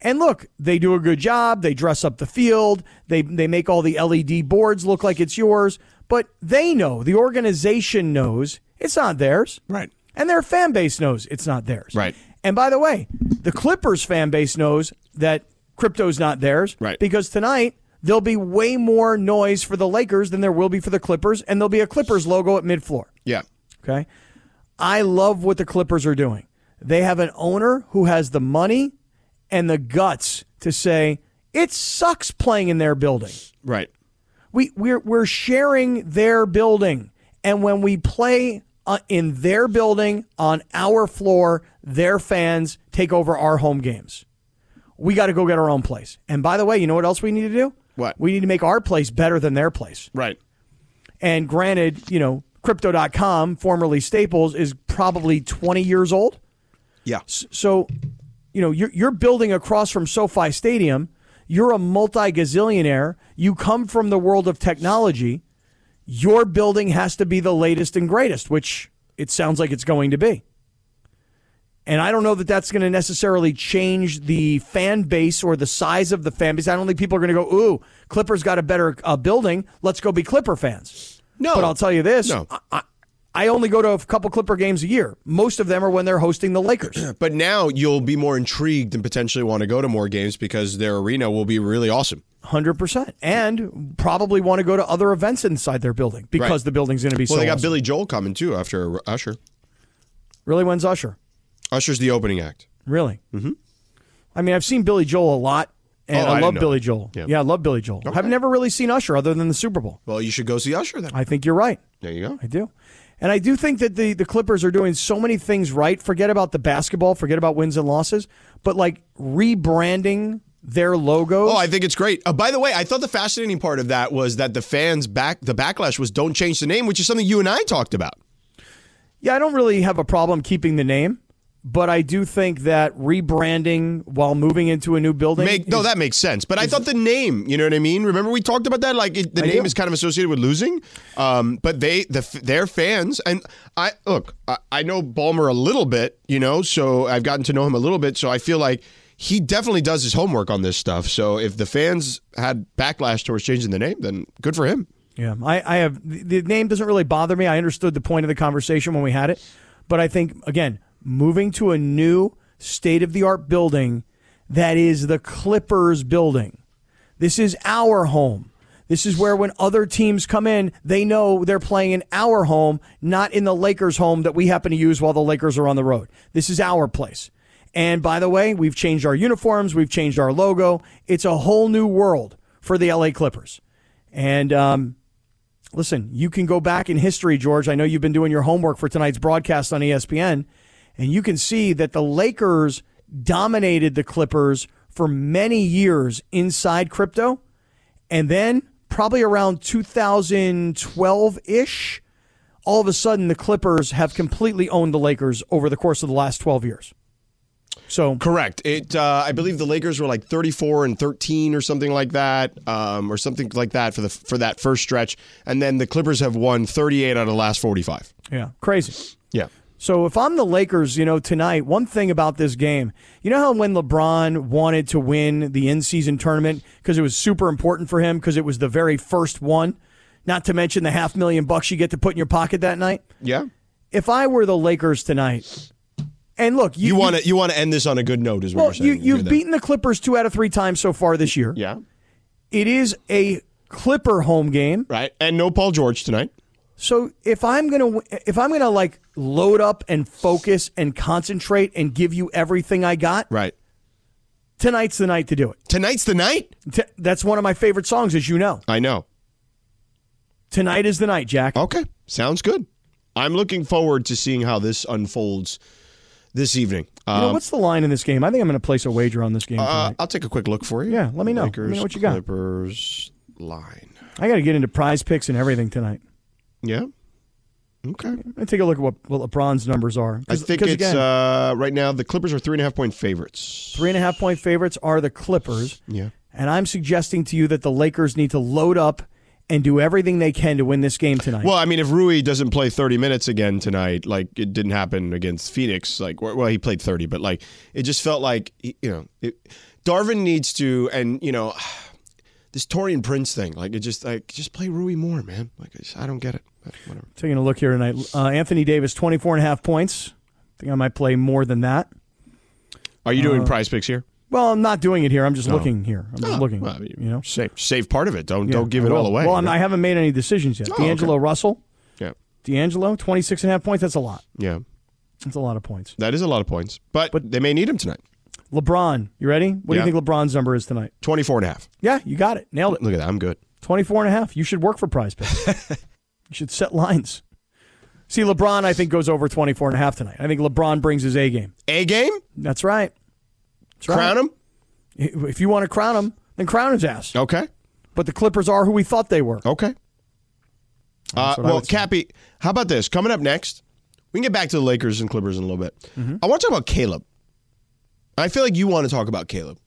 [SPEAKER 3] And look, they do a good job. They dress up the field. They they make all the LED boards look like it's yours. But they know, the organization knows it's not theirs.
[SPEAKER 5] Right.
[SPEAKER 3] And their fan base knows it's not theirs.
[SPEAKER 5] Right.
[SPEAKER 3] And by the way, the Clippers fan base knows that crypto's not theirs. Right. Because tonight there'll be way more noise for the Lakers than there will be for the Clippers, and there'll be a Clippers logo at mid floor.
[SPEAKER 5] yeah.
[SPEAKER 3] Okay. I love what the Clippers are doing. They have an owner who has the money and the guts to say, it sucks playing in their building.
[SPEAKER 5] Right.
[SPEAKER 3] We, we're, we're sharing their building. And when we play uh, in their building on our floor, their fans take over our home games. We got to go get our own place. And by the way, you know what else we need to do? What? We need to make our place better than their place.
[SPEAKER 5] Right.
[SPEAKER 3] And granted, you know, crypto.com, formerly Staples, is probably 20 years old.
[SPEAKER 5] Yeah.
[SPEAKER 3] So, you know, you're, you're building across from SoFi Stadium. You're a multi gazillionaire. You come from the world of technology. Your building has to be the latest and greatest, which it sounds like it's going to be. And I don't know that that's going to necessarily change the fan base or the size of the fan base. I don't think people are going to go, ooh, Clippers got a better uh, building. Let's go be Clipper fans.
[SPEAKER 5] No.
[SPEAKER 3] But I'll tell you this
[SPEAKER 5] No.
[SPEAKER 3] I, I, I only go to a couple Clipper games a year. Most of them are when they're hosting the Lakers.
[SPEAKER 5] But now you'll be more intrigued and potentially want to go to more games because their arena will be really awesome.
[SPEAKER 3] Hundred percent, and probably want to go to other events inside their building because
[SPEAKER 5] Right.
[SPEAKER 3] the building's going to be
[SPEAKER 5] Well,
[SPEAKER 3] so.
[SPEAKER 5] they got
[SPEAKER 3] awesome.
[SPEAKER 5] Billy Joel coming too after Usher.
[SPEAKER 3] Really, when's Usher?
[SPEAKER 5] Usher's the opening act.
[SPEAKER 3] Really? Mm-hmm. I mean, I've seen Billy Joel a lot, and
[SPEAKER 5] Oh, I
[SPEAKER 3] I,
[SPEAKER 5] didn't
[SPEAKER 3] love
[SPEAKER 5] know
[SPEAKER 3] Billy
[SPEAKER 5] that.
[SPEAKER 3] Joel.
[SPEAKER 5] Yeah.
[SPEAKER 3] Yeah. I love Billy Joel. I've never really seen Usher other than the Super Bowl.
[SPEAKER 5] Well, you should go see Usher then.
[SPEAKER 3] I think you're right.
[SPEAKER 5] There you go.
[SPEAKER 3] I do. And I do think that the, the Clippers are doing so many things right. Forget about the basketball, forget about wins and losses, but like rebranding their logos.
[SPEAKER 5] Oh, I think it's great. Uh, by the way, I thought the fascinating part of that was that the fans back the backlash was don't change the name, which is something you and I talked about.
[SPEAKER 3] Yeah, I don't really have a problem keeping the name, but I do think that rebranding while moving into a new building.
[SPEAKER 5] Make, no,
[SPEAKER 3] is-
[SPEAKER 5] that makes sense. But I thought the name, you know what I mean? Remember we talked about that? Like it, the
[SPEAKER 3] I
[SPEAKER 5] name
[SPEAKER 3] do.
[SPEAKER 5] is kind of associated with losing. Um, but they, the f- their fans, and I look, I, I know Ballmer a little bit, you know, so I've gotten to know him a little bit. So I feel like he definitely does his homework on this stuff. So if the fans had backlash towards changing the name, then good for him.
[SPEAKER 3] Yeah, I, I have the the name doesn't really bother me. I understood the point of the conversation when we had it, but I think again, moving to a new state of the art building that is the Clippers building. This is our home. This is where when other teams come in, they know they're playing in our home, not in the Lakers' home that we happen to use while the Lakers are on the road. This is our place. And by the way, we've changed our uniforms, we've changed our logo. It's a whole new world for the LA Clippers. And um, listen, you can go back in history, George. I know you've been doing your homework for tonight's broadcast on E ESPN, and you can see that the Lakers dominated the Clippers for many years inside crypto. And then, probably around 2012 ish, all of a sudden the Clippers have completely owned the Lakers over the course of the last 12 years. So
[SPEAKER 5] correct. It uh, I believe the Lakers were like 34 and 13 or something like that, um, or something like that for the for that first stretch, and then the Clippers have won 38 out of the last 45.
[SPEAKER 3] Yeah, crazy.
[SPEAKER 5] Yeah.
[SPEAKER 3] So if I'm the Lakers, you know, tonight, one thing about this game, you know how when LeBron wanted to win the in-season tournament because it was super important for him because it was the very first one, not to mention the half million bucks you get to put in your pocket that night.
[SPEAKER 5] Yeah.
[SPEAKER 3] If I were the Lakers tonight, and look,
[SPEAKER 5] You
[SPEAKER 3] you,
[SPEAKER 5] want to you want to end this on a good note, is what
[SPEAKER 3] well,
[SPEAKER 5] you're
[SPEAKER 3] you,
[SPEAKER 5] saying.
[SPEAKER 3] you've beaten the Clippers two out of three times so far this year.
[SPEAKER 5] Yeah.
[SPEAKER 3] It is a Clipper home game.
[SPEAKER 5] Right. And no Paul George tonight.
[SPEAKER 3] So if I'm gonna if I'm gonna like load up and focus and concentrate and give you everything I got,
[SPEAKER 5] right?
[SPEAKER 3] Tonight's the night to do it.
[SPEAKER 5] Tonight's the night.
[SPEAKER 3] that's one of my favorite songs, as you know.
[SPEAKER 5] I know.
[SPEAKER 3] Tonight is the night, Jack.
[SPEAKER 5] Okay, sounds good. I'm looking forward to seeing how this unfolds this evening.
[SPEAKER 3] you know,
[SPEAKER 5] Um,
[SPEAKER 3] what's the line in this game? I think I'm gonna place a wager on this game.
[SPEAKER 5] uh,
[SPEAKER 3] tonight.
[SPEAKER 5] I'll take a quick look for you.
[SPEAKER 3] Yeah, let me know. Let me
[SPEAKER 5] Lakers,
[SPEAKER 3] know what you got.
[SPEAKER 5] Clippers line.
[SPEAKER 3] I got to get into prize picks and everything tonight.
[SPEAKER 5] Yeah. Okay.
[SPEAKER 3] I take a look at what, what LeBron's numbers are.
[SPEAKER 5] I
[SPEAKER 3] 'Cause-
[SPEAKER 5] think
[SPEAKER 3] 'cause
[SPEAKER 5] it's
[SPEAKER 3] again,
[SPEAKER 5] uh, right now the Clippers are three and a half point favorites.
[SPEAKER 3] three and a half point favorites are the Clippers.
[SPEAKER 5] Yeah.
[SPEAKER 3] And I'm suggesting to you that the Lakers need to load up and do everything they can to win this game tonight.
[SPEAKER 5] Well, I mean, if Rui doesn't play 30 minutes again tonight, like it didn't happen against Phoenix, like well, he played 30, but like it just felt like you know, it, Darvin needs to, and you know, this Torian Prince thing, like it just like just play Rui more, man. Like I, just, I don't get it. But whatever.
[SPEAKER 3] Taking a look here tonight. Uh, Anthony Davis, 24 and a half points. I think I might play more than that.
[SPEAKER 5] Are you doing
[SPEAKER 3] Uh,
[SPEAKER 5] prize picks here?
[SPEAKER 3] Well, I'm not doing it here. I'm just
[SPEAKER 5] No.
[SPEAKER 3] looking here. I'm just
[SPEAKER 5] Oh,
[SPEAKER 3] looking.
[SPEAKER 5] well, I mean,
[SPEAKER 3] you know,
[SPEAKER 5] save save part of it. Don't
[SPEAKER 3] Yeah,
[SPEAKER 5] don't give
[SPEAKER 3] I
[SPEAKER 5] it all
[SPEAKER 3] will.
[SPEAKER 5] away.
[SPEAKER 3] Well, I'm, I haven't made any decisions yet.
[SPEAKER 5] Oh, okay.
[SPEAKER 3] D'Angelo Russell.
[SPEAKER 5] Yeah.
[SPEAKER 3] D'Angelo, 26 and a half points. That's a lot.
[SPEAKER 5] yeah,
[SPEAKER 3] That's a lot of points.
[SPEAKER 5] that is a lot of points, but, but they may need him tonight.
[SPEAKER 3] LeBron, you ready? What
[SPEAKER 5] Yeah.
[SPEAKER 3] do you think LeBron's number is tonight?
[SPEAKER 5] 24 and a half.
[SPEAKER 3] Yeah, you got it. Nailed it.
[SPEAKER 5] Look at that. I'm good.
[SPEAKER 3] 24 and a half. You should work for prize picks. you should set lines. See, LeBron, I think, goes over 24 and a half tonight. I think LeBron brings his A game.
[SPEAKER 5] A game?
[SPEAKER 3] That's right. That's right.
[SPEAKER 5] Crown him?
[SPEAKER 3] If you want to crown him, then crown his ass.
[SPEAKER 5] Okay.
[SPEAKER 3] But the Clippers are who we thought they were.
[SPEAKER 5] Okay. Uh,
[SPEAKER 3] That's what I
[SPEAKER 5] well,
[SPEAKER 3] would say.
[SPEAKER 5] Cappy, how about this? Coming up next, we can get back to the Lakers and Clippers in a little bit.
[SPEAKER 3] Mm-hmm.
[SPEAKER 5] I want to talk about Caleb. I feel like you want to talk about Caleb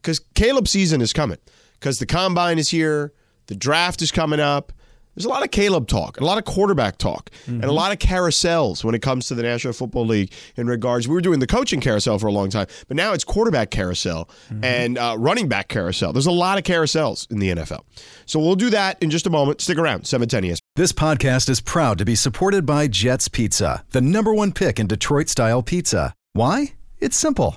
[SPEAKER 5] because Caleb season is coming. Because the combine is here, the draft is coming up. There's a lot of Caleb talk, a lot of quarterback talk, and
[SPEAKER 3] Mm-hmm.
[SPEAKER 5] a lot of carousels when it comes to the National Football League in regards. We were doing the coaching carousel for a long time, but now it's quarterback carousel
[SPEAKER 3] Mm-hmm.
[SPEAKER 5] and uh, running back carousel. There's a lot of carousels in the NFL. So we'll do that in just a moment. Stick around, E 710 ESPN.
[SPEAKER 8] This podcast is proud to be supported by Jets Pizza, the number one pick in Detroit style pizza. Why? It's simple.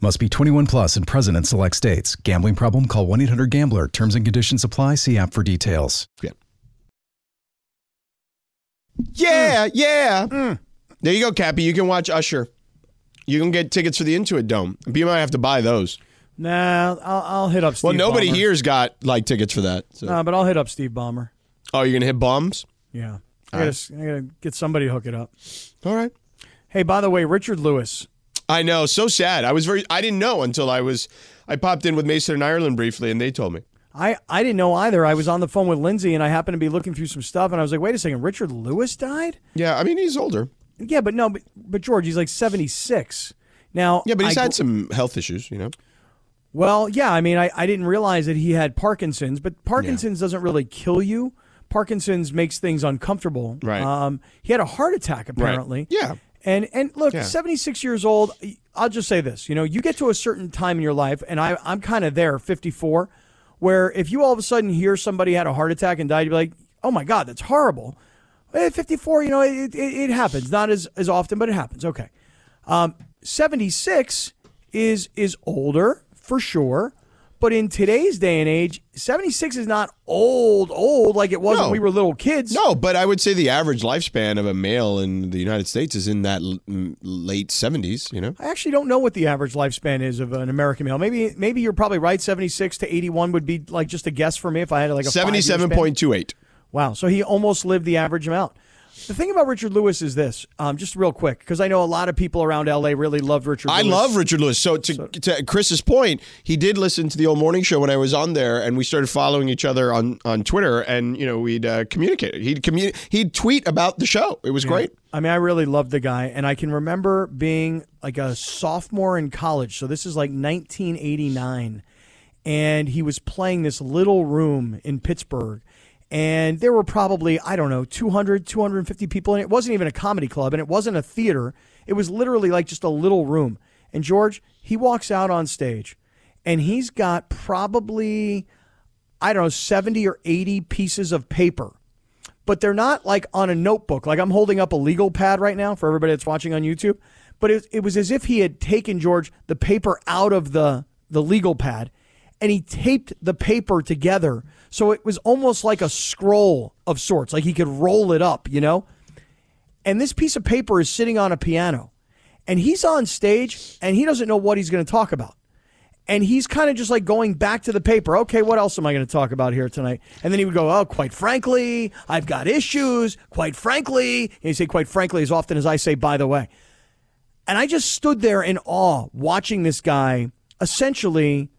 [SPEAKER 8] Must be 21 plus and present in select states. Gambling problem? Call 1 800 Gambler. Terms and conditions apply. See app for details.
[SPEAKER 3] Mm.
[SPEAKER 5] Yeah, yeah. There you go, Cappy. You can watch Usher. You can get tickets for the Intuit Dome. You might have to buy those.
[SPEAKER 3] Nah, I'll, I'll hit up Steve
[SPEAKER 5] well, nobody
[SPEAKER 3] Ballmer.
[SPEAKER 5] here's got like tickets for that. So.
[SPEAKER 3] Nah, but I'll hit up Steve Bomber.
[SPEAKER 5] oh, you're gonna hit bombs?
[SPEAKER 3] Yeah.
[SPEAKER 5] All
[SPEAKER 3] I gotta, I gotta get somebody to hook it up.
[SPEAKER 5] All right.
[SPEAKER 3] Hey, by the way, Richard Lewis.
[SPEAKER 5] I know. So sad. I was very. I didn't know until I was. I popped in with Mason in Ireland briefly, and they told me.
[SPEAKER 3] I, I didn't know either. I was on the phone with Lindsay and I happened to be looking through some stuff and I was like, wait a second, Richard Lewis died?
[SPEAKER 5] Yeah, I mean he's older.
[SPEAKER 3] Yeah, but no, but, but George, he's like 76. Now,
[SPEAKER 5] Yeah, but he's
[SPEAKER 3] I-
[SPEAKER 5] had some health issues, you know.
[SPEAKER 3] Well, yeah, I mean, I, I didn't realize that he had Parkinson's, but Parkinson's doesn't really kill you. Parkinson's makes things uncomfortable.
[SPEAKER 5] Right.
[SPEAKER 3] Um, he had a heart attack apparently.
[SPEAKER 5] Yeah.
[SPEAKER 3] And and look,
[SPEAKER 5] Yeah.
[SPEAKER 3] 76 years old, I'll just say this, you know, you get to a certain time in your life and I I'm kind of there, 54, where if you all of a sudden hear somebody had a heart attack and died, you'd be like, "Oh my god, that's horrible." At 54, you know, it, it, it happens. Not as, as often, but it happens. Okay. Um, 76 is is older for sure, but in today's day and age, 76 is not old old like it was
[SPEAKER 5] No.
[SPEAKER 3] when we were little kids.
[SPEAKER 5] No, but I would say the average lifespan of a male in the United States is in that l- m- late seventies. You know.
[SPEAKER 3] I actually don't know what the average lifespan is of an American male. Maybe maybe you're probably right. 76 to 81 would be like just a guess for me if I had like a five-year span.
[SPEAKER 5] Seventy-seven point two eight.
[SPEAKER 3] Wow. So he almost lived the average amount. The thing about Richard Lewis is this, um, just real quick, because I know a lot of people around LA really loved Richard.
[SPEAKER 5] I
[SPEAKER 3] Lewis.
[SPEAKER 5] love Richard Lewis. So to, to Chris's point, he did listen to the old morning show when I was on there, and we started following each other on, on Twitter, and you know we'd uh, communicate. He'd commu- he'd tweet about the show. It was
[SPEAKER 3] Yeah.
[SPEAKER 5] great.
[SPEAKER 3] I mean, I really loved the guy, and I can remember being like a sophomore in college. So this is like 1989, and he was playing this little room in Pittsburgh, and there were probably I don't know 200, 250 people, and it wasn't even a comedy club, and it wasn't a theater. It was literally like just a little room. And George, he walks out on stage, and he's got probably I don't know 70 or 80 pieces of paper but they're not like on a notebook. Like I'm holding up a legal pad right now for everybody that's watching on YouTube. But it, it was as if he had taken George the paper out of the the legal pad, and he taped the paper together, so it was almost like a scroll of sorts. Like he could roll it up, you know. And this piece of paper is sitting on a piano, and he's on stage, and he doesn't know what he's going to talk about and he's kind of just like going back to the paper. Okay, what else am I going to talk about here tonight? And then he would go, "Oh, quite frankly, I've got issues. Quite frankly," and he say, "Quite frankly," as often as I say, "By the way." And I just stood there in awe, watching this guy essentially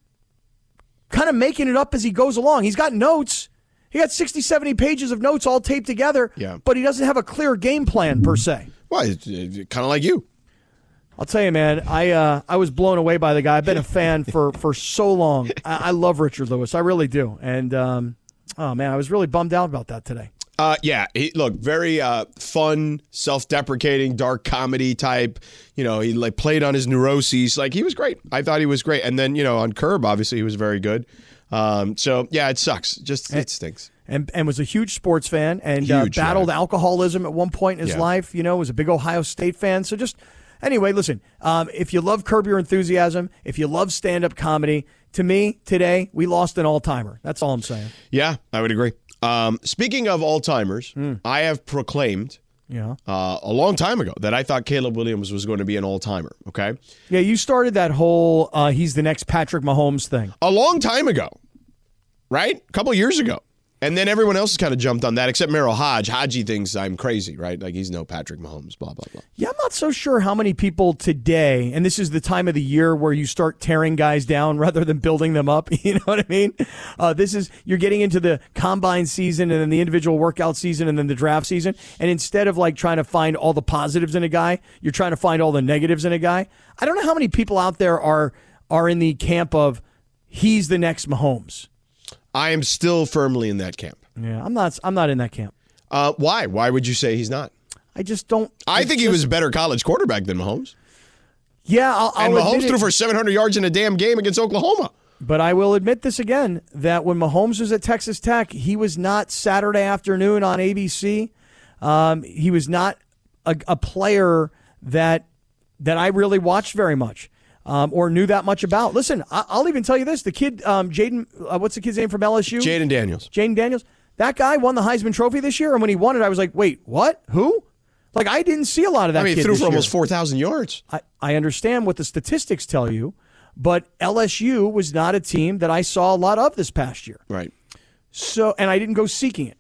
[SPEAKER 3] kind of making it up as he goes along. He's got notes. He got 60, 70 pages of notes all taped together, yeah. but he doesn't have a clear game plan per se.
[SPEAKER 5] Well, it's, it's kind of like you.
[SPEAKER 3] I'll tell you, man. I uh, I was blown away by the guy. I've been a fan for for so long. I, I love Richard Lewis. I really do. And um, oh man, I was really bummed out about that today.
[SPEAKER 5] Uh, yeah, he, look, very uh, fun, self-deprecating, dark comedy type. You know, he like played on his neuroses. Like he was great. I thought he was great. And then you know, on Curb, obviously he was very good. Um, so yeah, it sucks. Just it stinks.
[SPEAKER 3] And and was a huge sports fan and uh,
[SPEAKER 5] Huge, yeah.
[SPEAKER 3] battled alcoholism at one point in his
[SPEAKER 5] Yeah.
[SPEAKER 3] life. You know, was a big Ohio State fan. So just anyway, listen. Um, if you love Curb Your Enthusiasm, if you love stand up comedy, to me today we lost an all timer. That's all I'm saying.
[SPEAKER 5] Yeah, I would agree. Um, speaking of all timers, I have proclaimed
[SPEAKER 3] Hmm. Yeah.
[SPEAKER 5] uh, a long time ago that I thought Caleb Williams was going to be an all timer. Okay,
[SPEAKER 3] Yeah, you started that whole uh, he's the next Patrick Mahomes thing.
[SPEAKER 5] a long time ago, right? A couple years ago. And then everyone else has kind of jumped on that, except Merrill Hodge. Hodge thinks I'm crazy, right? Like he's no Patrick Mahomes, blah blah blah.
[SPEAKER 3] Yeah, I'm not so sure how many people today, and this is the time of the year where you start tearing guys down rather than building them up. You know what I mean? Uh, this is you're getting into the combine season and then the individual workout season and then the draft season, and instead of like trying to find all the positives in a guy, you're trying to find all the negatives in a guy. I don't know how many people out there are are in the camp of he's the next Mahomes.
[SPEAKER 5] I am still firmly in that camp.
[SPEAKER 3] Yeah, I'm not. I'm not in that camp.
[SPEAKER 5] Uh, why? Why would you say he's not?
[SPEAKER 3] I just don't.
[SPEAKER 5] I, think he
[SPEAKER 3] just-
[SPEAKER 5] was a better college quarterback than Mahomes.
[SPEAKER 3] Yeah, I'll, I'll
[SPEAKER 5] and
[SPEAKER 3] admit
[SPEAKER 5] Mahomes
[SPEAKER 3] it.
[SPEAKER 5] threw for 700 yards in a damn game against Oklahoma.
[SPEAKER 3] But I will admit this again that when Mahomes was at Texas Tech, he was not Saturday afternoon on ABC. Um, he was not a, a player that that I really watched very much um, or knew that much about. Listen, I, I'll even tell you this: the kid, um, Jaden, uh, what's the kid's name from LSU?
[SPEAKER 5] Jaden Daniels.
[SPEAKER 3] Jaden Daniels. That guy won the Heisman Trophy this year, and when he won it, I was like, "Wait, what? Who?" Like I didn't see a lot of that.
[SPEAKER 5] I mean, he
[SPEAKER 3] kid
[SPEAKER 5] threw
[SPEAKER 3] this
[SPEAKER 5] for
[SPEAKER 3] year.
[SPEAKER 5] almost 4,000 yards.
[SPEAKER 3] I, I understand what the statistics tell you, but LSU was not a team that I saw a lot of this past year.
[SPEAKER 5] Right.
[SPEAKER 3] So, and I didn't go seeking it.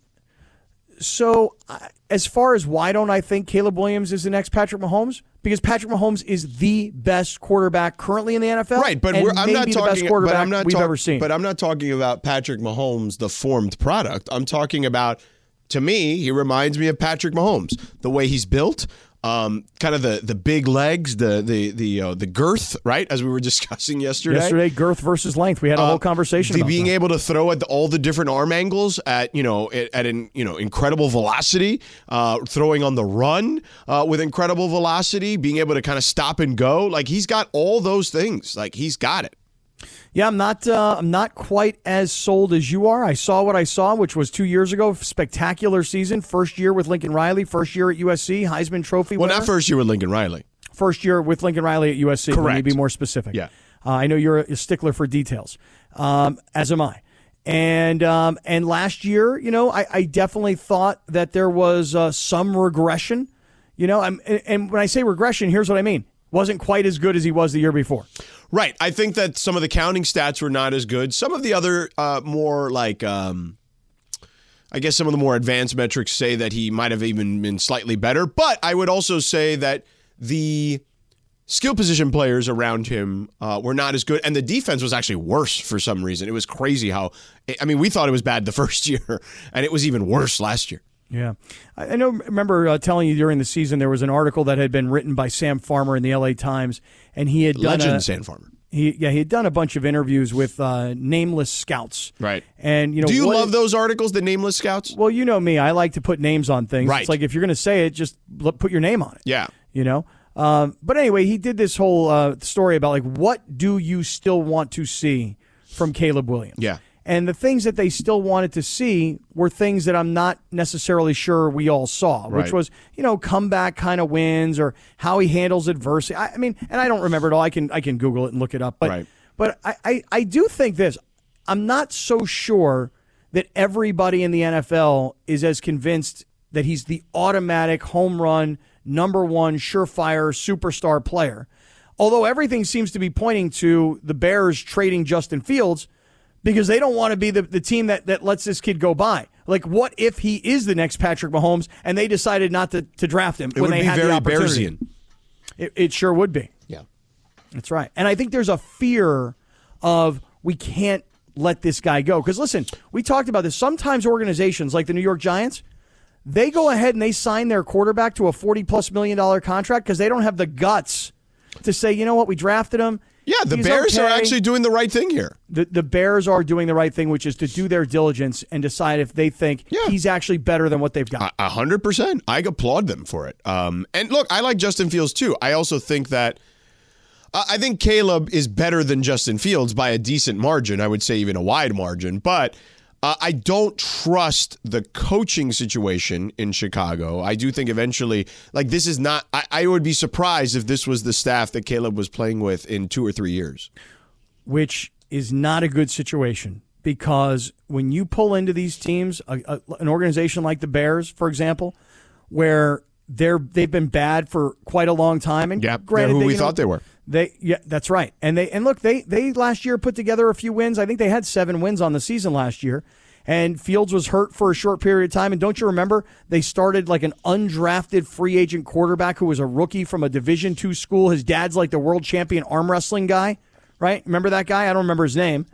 [SPEAKER 3] So, I- as far as why don't I think Caleb Williams is the next Patrick Mahomes? Because Patrick Mahomes is the best quarterback currently in the NFL.
[SPEAKER 5] Right, but
[SPEAKER 3] and
[SPEAKER 5] we're, I'm
[SPEAKER 3] maybe
[SPEAKER 5] not
[SPEAKER 3] the
[SPEAKER 5] talking.
[SPEAKER 3] best quarterback
[SPEAKER 5] but I'm not
[SPEAKER 3] we've
[SPEAKER 5] talk-
[SPEAKER 3] ever seen.
[SPEAKER 5] But I'm not talking about Patrick Mahomes, the formed product. I'm talking about. To me, he reminds me of Patrick Mahomes. The way he's built, um, kind of the the big legs, the the the uh, the girth, right? As we were discussing yesterday.
[SPEAKER 3] Yesterday, girth versus length. We had a
[SPEAKER 5] Uh,
[SPEAKER 3] whole conversation
[SPEAKER 5] the
[SPEAKER 3] about
[SPEAKER 5] being
[SPEAKER 3] that.
[SPEAKER 5] able to throw at the- all the different arm angles at you know at, at an you know incredible velocity, uh, throwing on the run uh, with incredible velocity, being able to kind of stop and go. Like he's got all those things. Like he's got it.
[SPEAKER 3] Yeah, I'm not. Uh, I'm not quite as sold as you are. I saw what I saw, which was two years ago. Spectacular season, first year with Lincoln Riley, first year at USC, Heisman Trophy.
[SPEAKER 5] Well,
[SPEAKER 3] winner.
[SPEAKER 5] not first year with Lincoln Riley.
[SPEAKER 3] First year with Lincoln Riley at USC. Correct. Maybe more specific. Yeah. Uh, I know you're a stickler for details, um, as am I. And um, and last year, you know, I, I definitely thought that there was uh, some regression. You know, I'm, and, and when I say regression, here's what I mean: wasn't quite as good as he was the year before.
[SPEAKER 5] Right. I think that some of the counting stats were not as good. Some of the other uh, more like um, I guess some of the more advanced metrics say that he might have even been slightly better. But I would also say that the skill position players around him uh, were not as good, and the defense was actually worse for some reason. It was crazy how. I mean, we thought it was bad the first year, and it was even worse last year.
[SPEAKER 3] Yeah, I I know. Remember uh, telling you during the season there was an article that had been written by Sam Farmer in the L.A. Times, and he had done
[SPEAKER 5] Legend
[SPEAKER 3] a-
[SPEAKER 5] Sam Farmer.
[SPEAKER 3] He yeah he had done a bunch of interviews with uh, nameless scouts,
[SPEAKER 5] Right.
[SPEAKER 3] and you know
[SPEAKER 5] Do you
[SPEAKER 3] what-
[SPEAKER 5] love those articles, the nameless scouts?
[SPEAKER 3] Well, you know me, I like to put names on things.
[SPEAKER 5] Right.
[SPEAKER 3] It's like if you're going to say it, just l- put your name on it.
[SPEAKER 5] Yeah.
[SPEAKER 3] You know. Um, but anyway, he did this whole uh, story about like what do you still want to see from Caleb Williams?
[SPEAKER 5] Yeah.
[SPEAKER 3] And the things that they still wanted to see were things that I'm not necessarily sure we all saw, which
[SPEAKER 11] Right.
[SPEAKER 3] was, you know, comeback kind of wins or how he handles adversity. I, I mean, and I don't remember it all. I can I can Google it and look it up. But but I, I, I do think this. I'm not so sure that everybody in the NFL is as convinced that he's the automatic home run, number one, surefire, superstar player. Although everything seems to be pointing to the Bears trading Justin Fields because they don't want to be the, the team that, that lets this kid go by. Like, what if he is the next Patrick Mahomes and they decided not to, to draft him
[SPEAKER 5] It
[SPEAKER 3] when
[SPEAKER 5] would
[SPEAKER 3] they
[SPEAKER 5] be
[SPEAKER 3] had
[SPEAKER 5] very
[SPEAKER 3] the opportunity?
[SPEAKER 5] Bearsian.
[SPEAKER 3] It, it sure would be.
[SPEAKER 5] Yeah.
[SPEAKER 3] That's right. And I think there's a fear of we can't let this guy go. Because listen, we talked about this. Sometimes organizations like the New York Giants, they go ahead and they sign their quarterback to a 40 plus million dollar contract because they don't have the guts to say, you know what, we drafted him.
[SPEAKER 5] Yeah, the Bears are actually doing the right thing here.
[SPEAKER 3] The, the Bears are doing the right thing, which is to do their diligence and decide if they think he's actually better than what they've got.
[SPEAKER 5] A hundred percent. I applaud them for it. Um, and look, I like Justin Fields too. I also think that I I think Caleb is better than Justin Fields by a decent margin. I would say even a wide margin, but. Uh, I don't trust the coaching situation in Chicago. I do think eventually, like, this is not, I, I would be surprised if this was the staff that Caleb was playing with in two or three years.
[SPEAKER 3] which is not a good situation because when you pull into these teams, a, a, an organization like the Bears, for example, where they're they've been bad for quite a long time, and granted,
[SPEAKER 5] who
[SPEAKER 3] they,
[SPEAKER 5] we
[SPEAKER 3] you know,
[SPEAKER 5] thought they were.
[SPEAKER 3] They yeah, that's right. And they and look, they they last year put together a few wins. I think they had seven wins on the season last year. And Fields was hurt for a short period of time. And don't you remember they started like an undrafted free agent quarterback who was a rookie from a Division two school. His dad's like the world champion arm wrestling guy, right? Remember that guy? I don't remember his name,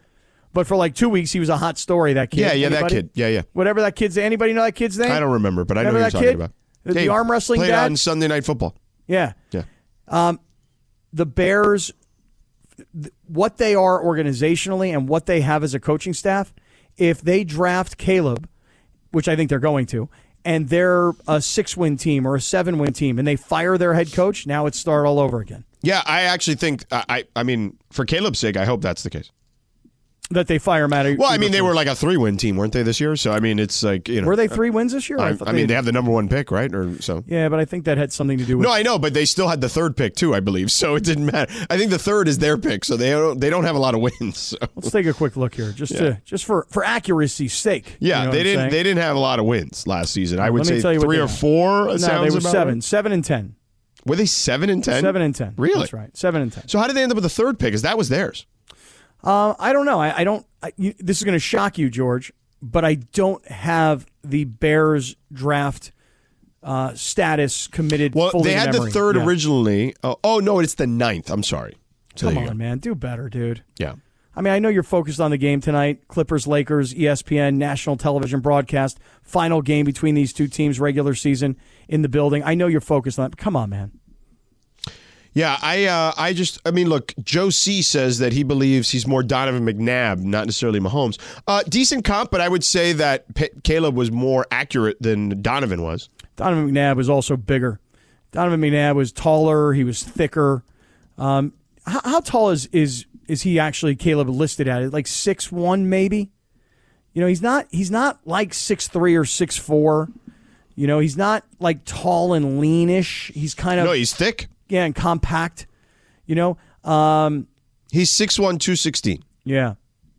[SPEAKER 3] but for like two weeks he was a hot story. That kid.
[SPEAKER 5] Yeah, yeah, that
[SPEAKER 3] Anybody?
[SPEAKER 5] kid. Yeah, yeah.
[SPEAKER 3] Whatever that kid's. Anybody know that kid's name?
[SPEAKER 5] I don't remember, but I know who
[SPEAKER 3] Remember
[SPEAKER 5] you're talking
[SPEAKER 3] that kid?
[SPEAKER 5] about.
[SPEAKER 3] The- the
[SPEAKER 5] Hey,
[SPEAKER 3] arm wrestling
[SPEAKER 5] played
[SPEAKER 3] dad?
[SPEAKER 5] on Sunday Night Football.
[SPEAKER 3] Yeah.
[SPEAKER 5] Yeah.
[SPEAKER 3] Um, the Bears, th- what they are organizationally and what they have as a coaching staff, if they draft Caleb, which I think they're going to, and they're a six win team or a seven win team, and they fire their head coach, now it's start all over again.
[SPEAKER 5] Yeah, I actually think I, I. I mean, for Caleb's sake, I hope that's the case.
[SPEAKER 3] That they fire Matt.
[SPEAKER 5] Well, I mean, they were like a three-win team, weren't they this year? So I mean, it's like you know,
[SPEAKER 3] Were they three wins this year? I
[SPEAKER 5] I,
[SPEAKER 3] thought
[SPEAKER 5] I mean,
[SPEAKER 3] they-
[SPEAKER 5] they have the number one pick, right? Or so.
[SPEAKER 3] Yeah, but I think that had something to do with.
[SPEAKER 5] No, I know, but they still had the third pick too, I believe. So it didn't matter. I think the third is their pick, so they don't, they don't have a lot of wins. So.
[SPEAKER 3] Let's take a quick look here, just to, just for for accuracy's sake.
[SPEAKER 5] Yeah,
[SPEAKER 3] you know what
[SPEAKER 5] they
[SPEAKER 3] I'm
[SPEAKER 5] didn't
[SPEAKER 3] saying?
[SPEAKER 5] they didn't have a lot of wins last season. I would
[SPEAKER 3] Let me
[SPEAKER 5] say
[SPEAKER 3] tell you what
[SPEAKER 5] three
[SPEAKER 3] they
[SPEAKER 5] or
[SPEAKER 3] had.
[SPEAKER 5] four.
[SPEAKER 3] No,
[SPEAKER 5] sounds
[SPEAKER 3] they were
[SPEAKER 5] about
[SPEAKER 3] seven,
[SPEAKER 5] right.
[SPEAKER 3] seven and ten.
[SPEAKER 5] Were they seven and ten?
[SPEAKER 3] Seven and ten.
[SPEAKER 5] Really?
[SPEAKER 3] That's right. Seven and ten.
[SPEAKER 5] So how did they end up with the third pick? Because that was theirs.
[SPEAKER 3] Uh, I don't know. I, I don't. I, you, this is going to shock you, George, but I don't have the Bears draft uh, status committed.
[SPEAKER 5] Well,
[SPEAKER 3] fully
[SPEAKER 5] they
[SPEAKER 3] to
[SPEAKER 5] had
[SPEAKER 3] memory.
[SPEAKER 5] the third
[SPEAKER 3] Yeah.
[SPEAKER 5] originally. Oh, oh no, it's the ninth. I'm sorry. So
[SPEAKER 3] Come
[SPEAKER 5] there you
[SPEAKER 3] on,
[SPEAKER 5] go.
[SPEAKER 3] man, do better, dude.
[SPEAKER 5] Yeah.
[SPEAKER 3] I mean, I know you're focused on the game tonight. Clippers, Lakers, E ESPN, national television broadcast, final game between these two teams, regular season in the building. I know you're focused on that. but Come on, man.
[SPEAKER 5] Yeah, I uh, I just I mean, look, Joe C says that he believes he's more Donovan McNabb, not necessarily Mahomes. Uh, decent comp, but I would say that P- Caleb was more accurate than Donovan was.
[SPEAKER 3] Donovan McNabb was also bigger. Donovan McNabb was taller. He was thicker. Um, how, how tall is is is he actually? Caleb listed at it like six one maybe. You know he's not he's not like six three or six four. You know he's not like tall and leanish. He's kind of
[SPEAKER 5] No, he's thick.
[SPEAKER 3] yeah and compact. You know um,
[SPEAKER 5] he's six one two sixteen.
[SPEAKER 3] Yeah,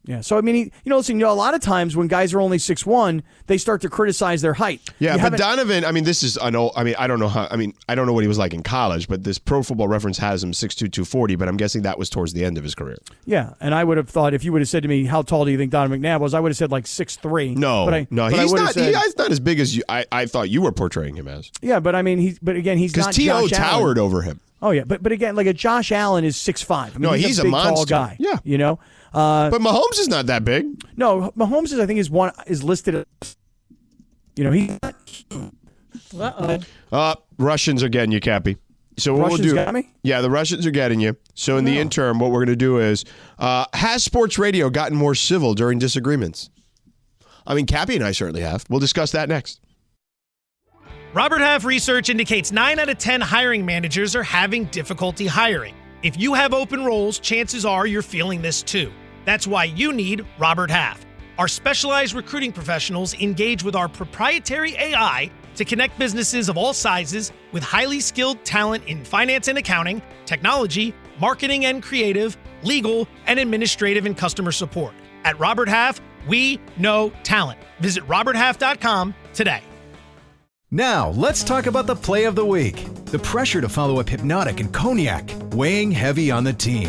[SPEAKER 3] Yeah. So I mean, he, you know, listen, you know, a lot of times when guys are only six one, they start to criticize their height.
[SPEAKER 5] Yeah,
[SPEAKER 3] You
[SPEAKER 5] but
[SPEAKER 3] haven't-
[SPEAKER 5] Donovan, I mean, this is an old. I mean, I don't know how. I mean, I don't know what he was like in college, but this Pro Football Reference has him 6'2", 240, But I'm guessing that was towards the end of his career.
[SPEAKER 3] yeah, and I would have thought if you would have said to me, "How tall do you think Don McNabb was?" I would have said like six three.
[SPEAKER 5] No,
[SPEAKER 3] but I,
[SPEAKER 5] no,
[SPEAKER 3] but I
[SPEAKER 5] he's
[SPEAKER 3] would have
[SPEAKER 5] not.
[SPEAKER 3] said-
[SPEAKER 5] he- he's not as big as you. I, I thought you were portraying him as
[SPEAKER 3] yeah, but I mean, he's but again, he's
[SPEAKER 5] because
[SPEAKER 3] not
[SPEAKER 5] To
[SPEAKER 3] Josh Allen.
[SPEAKER 5] towered over him.
[SPEAKER 3] Oh yeah, but but again, like a Josh Allen is six five.
[SPEAKER 5] No, he's a
[SPEAKER 3] a, big, tall
[SPEAKER 5] monster.
[SPEAKER 3] guy.
[SPEAKER 5] Yeah.
[SPEAKER 3] you know. Uh,
[SPEAKER 5] but Mahomes is not that big.
[SPEAKER 3] No, Mahomes is I think is one is listed. As, you know, he's not
[SPEAKER 11] Uh-oh.
[SPEAKER 5] Uh, Russians are getting you, Cappy. So what
[SPEAKER 3] Russians
[SPEAKER 5] we'll do?
[SPEAKER 3] got me?
[SPEAKER 5] Yeah, the Russians are getting you. So in the interim, what we're going to do is, uh, has sports radio gotten more civil during disagreements? I mean, Cappy and I certainly have. We'll discuss that next.
[SPEAKER 11] Robert Half research indicates 9 out of 10 hiring managers are having difficulty hiring. If you have open roles, chances are you're feeling this too. That's why you need Robert Half. Our specialized recruiting professionals engage with our proprietary AI to connect businesses of all sizes with highly skilled talent in finance and accounting, technology, marketing and creative, legal, and administrative and customer support. At Robert Half, we know talent. Visit roberthalf.com today.
[SPEAKER 8] Now, let's talk about the play of the week. The pressure to follow up Hypnotic and Cognac, weighing heavy on the team.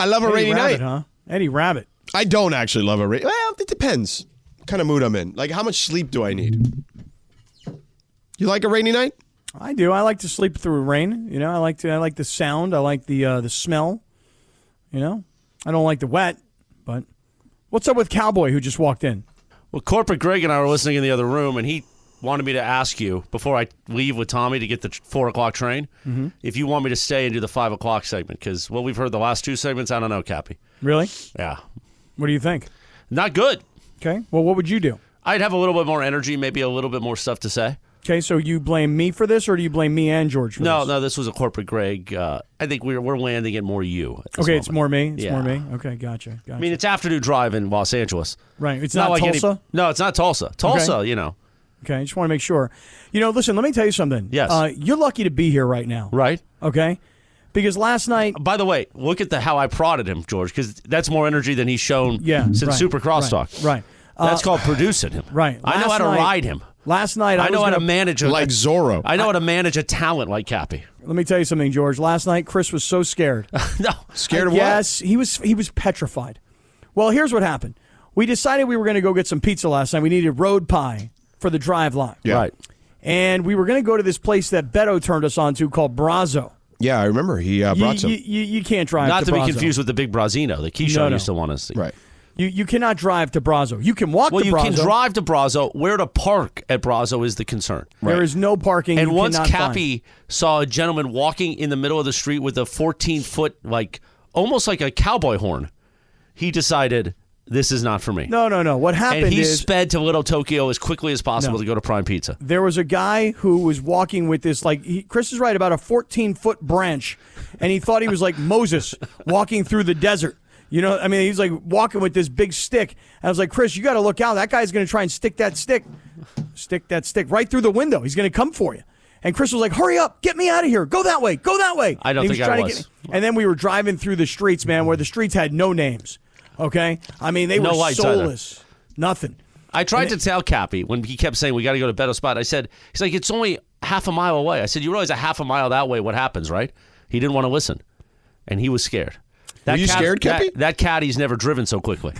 [SPEAKER 5] I love a
[SPEAKER 8] Eddie
[SPEAKER 5] rainy night.
[SPEAKER 8] Rabbit,
[SPEAKER 3] Huh? Eddie Rabbit.
[SPEAKER 5] I don't actually love a rainy. Well, it depends. What kind of mood I'm in. Like, how much sleep do I need? You like a rainy night?
[SPEAKER 3] I do. I like to sleep through rain. You know, I like to. I like the sound. I like the uh, the smell. You know, I don't like the wet. But what's up with Cowboy who just walked in?
[SPEAKER 12] Well, Corporate Greg and I were listening in the other room, and he wanted me to ask you before I leave with Tommy to get the tr- four o'clock train
[SPEAKER 3] Mhm.
[SPEAKER 12] if you want me to stay and do the five o'clock segment. Because what we've heard the last two segments, I don't know, Cappy.
[SPEAKER 3] Really?
[SPEAKER 12] Yeah,
[SPEAKER 3] What do you think?
[SPEAKER 12] not good.
[SPEAKER 3] Okay. Well, what would you do?
[SPEAKER 12] I'd have a little bit more energy, maybe a little bit more stuff to say.
[SPEAKER 3] Okay, so you blame me for this, or do you blame me and George for
[SPEAKER 12] no, no, this was a Corporate Greg. Uh, I think we're we're landing it more you. at
[SPEAKER 3] this?
[SPEAKER 12] this
[SPEAKER 3] Okay, it's
[SPEAKER 12] moment.
[SPEAKER 3] more me. It's
[SPEAKER 12] Yeah.
[SPEAKER 3] more me. Okay, gotcha. gotcha.
[SPEAKER 12] I mean, it's afternoon drive in Los Angeles.
[SPEAKER 3] Right, it's not
[SPEAKER 12] any-
[SPEAKER 3] Tulsa?
[SPEAKER 12] no, it's not Tulsa. Tulsa, you know.
[SPEAKER 3] Okay, I just want to make sure. You know, listen, let me tell you something.
[SPEAKER 12] Yes.
[SPEAKER 3] Uh, you're lucky to be here right now.
[SPEAKER 12] Right.
[SPEAKER 3] Okay? Because last night.
[SPEAKER 12] By the way, look at the how I prodded him, George, because that's more energy than he's shown
[SPEAKER 3] Yeah.
[SPEAKER 12] since
[SPEAKER 3] right,
[SPEAKER 12] Super Crosstalk.
[SPEAKER 3] Right. right. Uh,
[SPEAKER 12] That's called producing him.
[SPEAKER 3] Right.
[SPEAKER 12] I know
[SPEAKER 3] Last
[SPEAKER 12] how to
[SPEAKER 3] night-
[SPEAKER 12] ride him.
[SPEAKER 3] Last night I,
[SPEAKER 12] I, know
[SPEAKER 3] was
[SPEAKER 12] how to
[SPEAKER 3] gonna-
[SPEAKER 12] manage a
[SPEAKER 5] Zorro.
[SPEAKER 12] I know how to manage a talent like Cappy.
[SPEAKER 3] Let me tell you something, George. Last night Chris was so scared.
[SPEAKER 12] no,
[SPEAKER 5] scared of what?
[SPEAKER 3] Yes, he was. He was petrified. Well, here's what happened. We decided we were going to go get some pizza last night. We needed road pie for the drive line.
[SPEAKER 5] Right.
[SPEAKER 3] And we were going to go to this place that Beto turned us on to called Brazo.
[SPEAKER 5] Yeah, I remember he uh,
[SPEAKER 3] You,
[SPEAKER 5] brought some.
[SPEAKER 3] you- you- you can't drive
[SPEAKER 12] Not
[SPEAKER 3] to,
[SPEAKER 12] to, be
[SPEAKER 3] Brazo.
[SPEAKER 12] confused with the big Brazino that Keyshawn
[SPEAKER 3] No, no.
[SPEAKER 12] used to want us to see. Right.
[SPEAKER 3] You you cannot drive to Brazo. You can walk
[SPEAKER 12] Well,
[SPEAKER 3] to
[SPEAKER 12] you
[SPEAKER 3] Brazo.
[SPEAKER 12] can drive to Brazo. Where to park at Brazo is the concern.
[SPEAKER 3] There is no parking.
[SPEAKER 12] And
[SPEAKER 3] you
[SPEAKER 12] once
[SPEAKER 3] cannot
[SPEAKER 12] Cappy saw a gentleman walking in the middle of the street with a 14 foot, like almost like a cowboy horn, he decided this is not for me.
[SPEAKER 3] find. No, no, no. What happened
[SPEAKER 12] and he
[SPEAKER 3] is
[SPEAKER 12] sped to Little Tokyo as quickly as possible
[SPEAKER 3] No.
[SPEAKER 12] to go to Prime Pizza.
[SPEAKER 3] there was a guy who was walking with this like he, Chris is right about a 14 foot branch, and he thought he was like Moses walking through the desert. You know, I mean, he's like walking with this big stick. And I was like, Chris, you got to look out. That guy's going to try and stick that stick, stick that stick right through the window. He's going to come for you. And Chris was like, hurry up, get me out of here. Go that way, go that way.
[SPEAKER 12] I don't
[SPEAKER 3] And he
[SPEAKER 12] think I
[SPEAKER 3] trying to
[SPEAKER 12] was.
[SPEAKER 3] get me. And then we were driving through the streets, man, where the streets had no names. Okay? I mean, they
[SPEAKER 12] No
[SPEAKER 3] were
[SPEAKER 12] lights either.
[SPEAKER 3] soulless. Nothing.
[SPEAKER 12] I tried to tell Cappy when he kept saying we got to go to Beto Spot. I said he's like it's only half a mile away. I said you realize a half a mile that way what happens, right? He didn't want to listen, and he was scared.
[SPEAKER 5] Were you scared,
[SPEAKER 12] that-
[SPEAKER 5] Cappy?
[SPEAKER 12] That, caddy's never driven so quickly.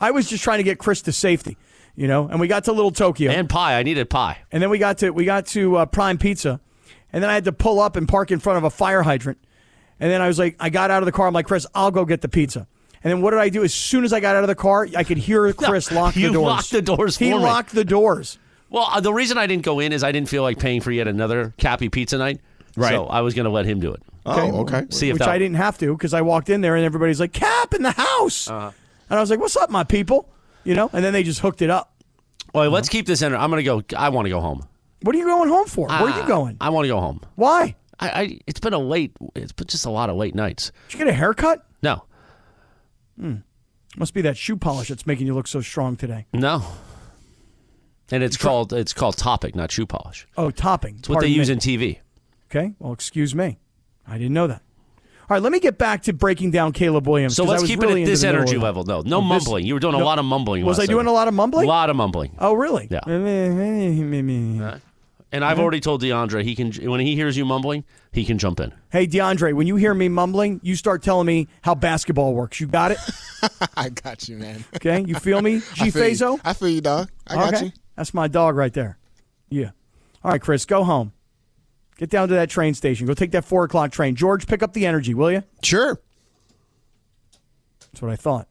[SPEAKER 3] I was just trying to get Chris to safety, you know. And we got to Little Tokyo,
[SPEAKER 12] and pie. I needed pie,
[SPEAKER 3] and then we got to we got to uh, Prime Pizza, and then I had to pull up and park in front of a fire hydrant. And then I was like, I got out of the car. I'm like, Chris, I'll go get the pizza. And then what did I do? As soon as I got out of the car, I could hear Chris lock
[SPEAKER 12] you
[SPEAKER 3] the doors.
[SPEAKER 12] locked the doors
[SPEAKER 3] He
[SPEAKER 12] for me.
[SPEAKER 3] locked the doors.
[SPEAKER 12] Well, uh, the reason I didn't go in is I didn't feel like paying for yet another Cappy pizza night. Right. So I was going to let him do it.
[SPEAKER 3] Oh,
[SPEAKER 12] See if
[SPEAKER 3] Which
[SPEAKER 12] that,
[SPEAKER 3] I didn't have to because I walked in there and everybody's like, Cap in the house.
[SPEAKER 12] Uh-huh.
[SPEAKER 3] And I was like, what's up, my people? You know? And then they just hooked it up.
[SPEAKER 12] Well, let's keep this in. I'm going to go. I want to go home.
[SPEAKER 3] What are you going home for? Where are you
[SPEAKER 12] Ah,
[SPEAKER 3] going?
[SPEAKER 12] I want to go home.
[SPEAKER 3] Why?
[SPEAKER 12] I, I it's been a late. It's been just a lot of late nights.
[SPEAKER 3] Did you get a haircut?
[SPEAKER 12] No,
[SPEAKER 3] Hmm. Must be that shoe polish that's making you look so strong today.
[SPEAKER 12] no. And it's called it's called topic, not shoe polish.
[SPEAKER 3] Oh, topping.
[SPEAKER 12] It's what they
[SPEAKER 3] Pardon
[SPEAKER 12] use
[SPEAKER 3] me.
[SPEAKER 12] in TV.
[SPEAKER 3] Okay. Well, excuse me. I didn't know that. All right, let me get back to breaking down Caleb Williams.
[SPEAKER 12] So
[SPEAKER 3] 'cause I
[SPEAKER 12] let's
[SPEAKER 3] was
[SPEAKER 12] keep
[SPEAKER 3] really
[SPEAKER 12] it at
[SPEAKER 3] into
[SPEAKER 12] this
[SPEAKER 3] the middle
[SPEAKER 12] energy
[SPEAKER 3] of it.
[SPEAKER 12] level. No, no
[SPEAKER 3] This-
[SPEAKER 12] mumbling. You were doing a
[SPEAKER 3] no.
[SPEAKER 12] lot of mumbling.
[SPEAKER 3] Was
[SPEAKER 12] last
[SPEAKER 3] I doing
[SPEAKER 12] segment.
[SPEAKER 3] a lot of mumbling?
[SPEAKER 12] A lot of mumbling.
[SPEAKER 3] Oh, really? Yeah.
[SPEAKER 12] And I've
[SPEAKER 3] Yeah.
[SPEAKER 12] already told DeAndre he can when he hears you mumbling, he can jump in.
[SPEAKER 3] Hey, DeAndre, when you hear me mumbling, you start telling me how basketball works. You got it?
[SPEAKER 9] I got you, man.
[SPEAKER 3] Okay. You feel me?
[SPEAKER 9] I
[SPEAKER 3] G
[SPEAKER 9] feel you.
[SPEAKER 3] Fazo?
[SPEAKER 9] I feel you, dog. I got you.
[SPEAKER 3] That's my dog right there. Yeah. All right, Chris, go home. Get down to that train station. Go take that four o'clock train. George, pick up the energy, will you?
[SPEAKER 5] Sure.
[SPEAKER 3] That's what I thought.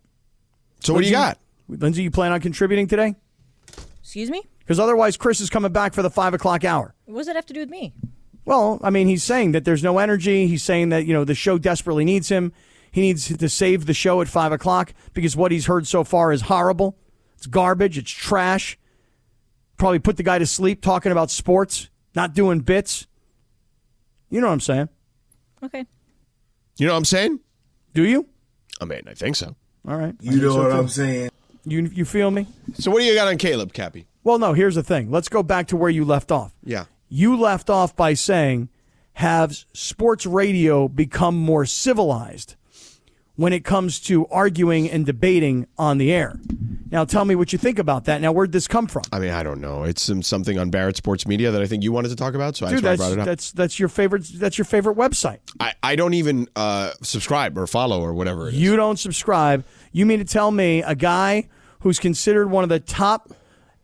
[SPEAKER 5] So what do you got?
[SPEAKER 3] Lindsay, you plan on contributing today?
[SPEAKER 13] Excuse me?
[SPEAKER 3] Because otherwise, Chris is coming back for the five o'clock hour.
[SPEAKER 13] What does that have to do with me?
[SPEAKER 3] Well, I mean, he's saying that there's no energy. He's saying that, you know, the show desperately needs him. He needs to save the show at five o'clock because what he's heard so far is horrible. It's garbage. It's trash. Probably put the guy to sleep talking about sports, not doing bits. You know what I'm saying?
[SPEAKER 13] Okay.
[SPEAKER 5] You know what I'm saying?
[SPEAKER 3] Do you?
[SPEAKER 5] I mean, I think so.
[SPEAKER 3] All right.
[SPEAKER 5] You
[SPEAKER 3] I think
[SPEAKER 5] know what
[SPEAKER 3] too.
[SPEAKER 5] I'm saying.
[SPEAKER 3] You you feel me?
[SPEAKER 5] So what do you got on Caleb, Cappy?
[SPEAKER 3] Well, no, here's the thing. Let's go back to where you left off.
[SPEAKER 5] Yeah.
[SPEAKER 3] You left off by saying, have sports radio become more civilized when it comes to arguing and debating on the air? Now, tell me what you think about that. Now, where'd this come from?
[SPEAKER 5] I mean, I don't know. It's some, something on Barrett Sports Media that I think you wanted to talk about, so that's
[SPEAKER 3] Dude,
[SPEAKER 5] why I
[SPEAKER 3] that's,
[SPEAKER 5] brought it up.
[SPEAKER 3] that's that's your favorite. That's your favorite website.
[SPEAKER 5] I, I don't even uh, subscribe or follow or whatever. It is.
[SPEAKER 3] You don't subscribe. You mean to tell me a guy who's considered one of the top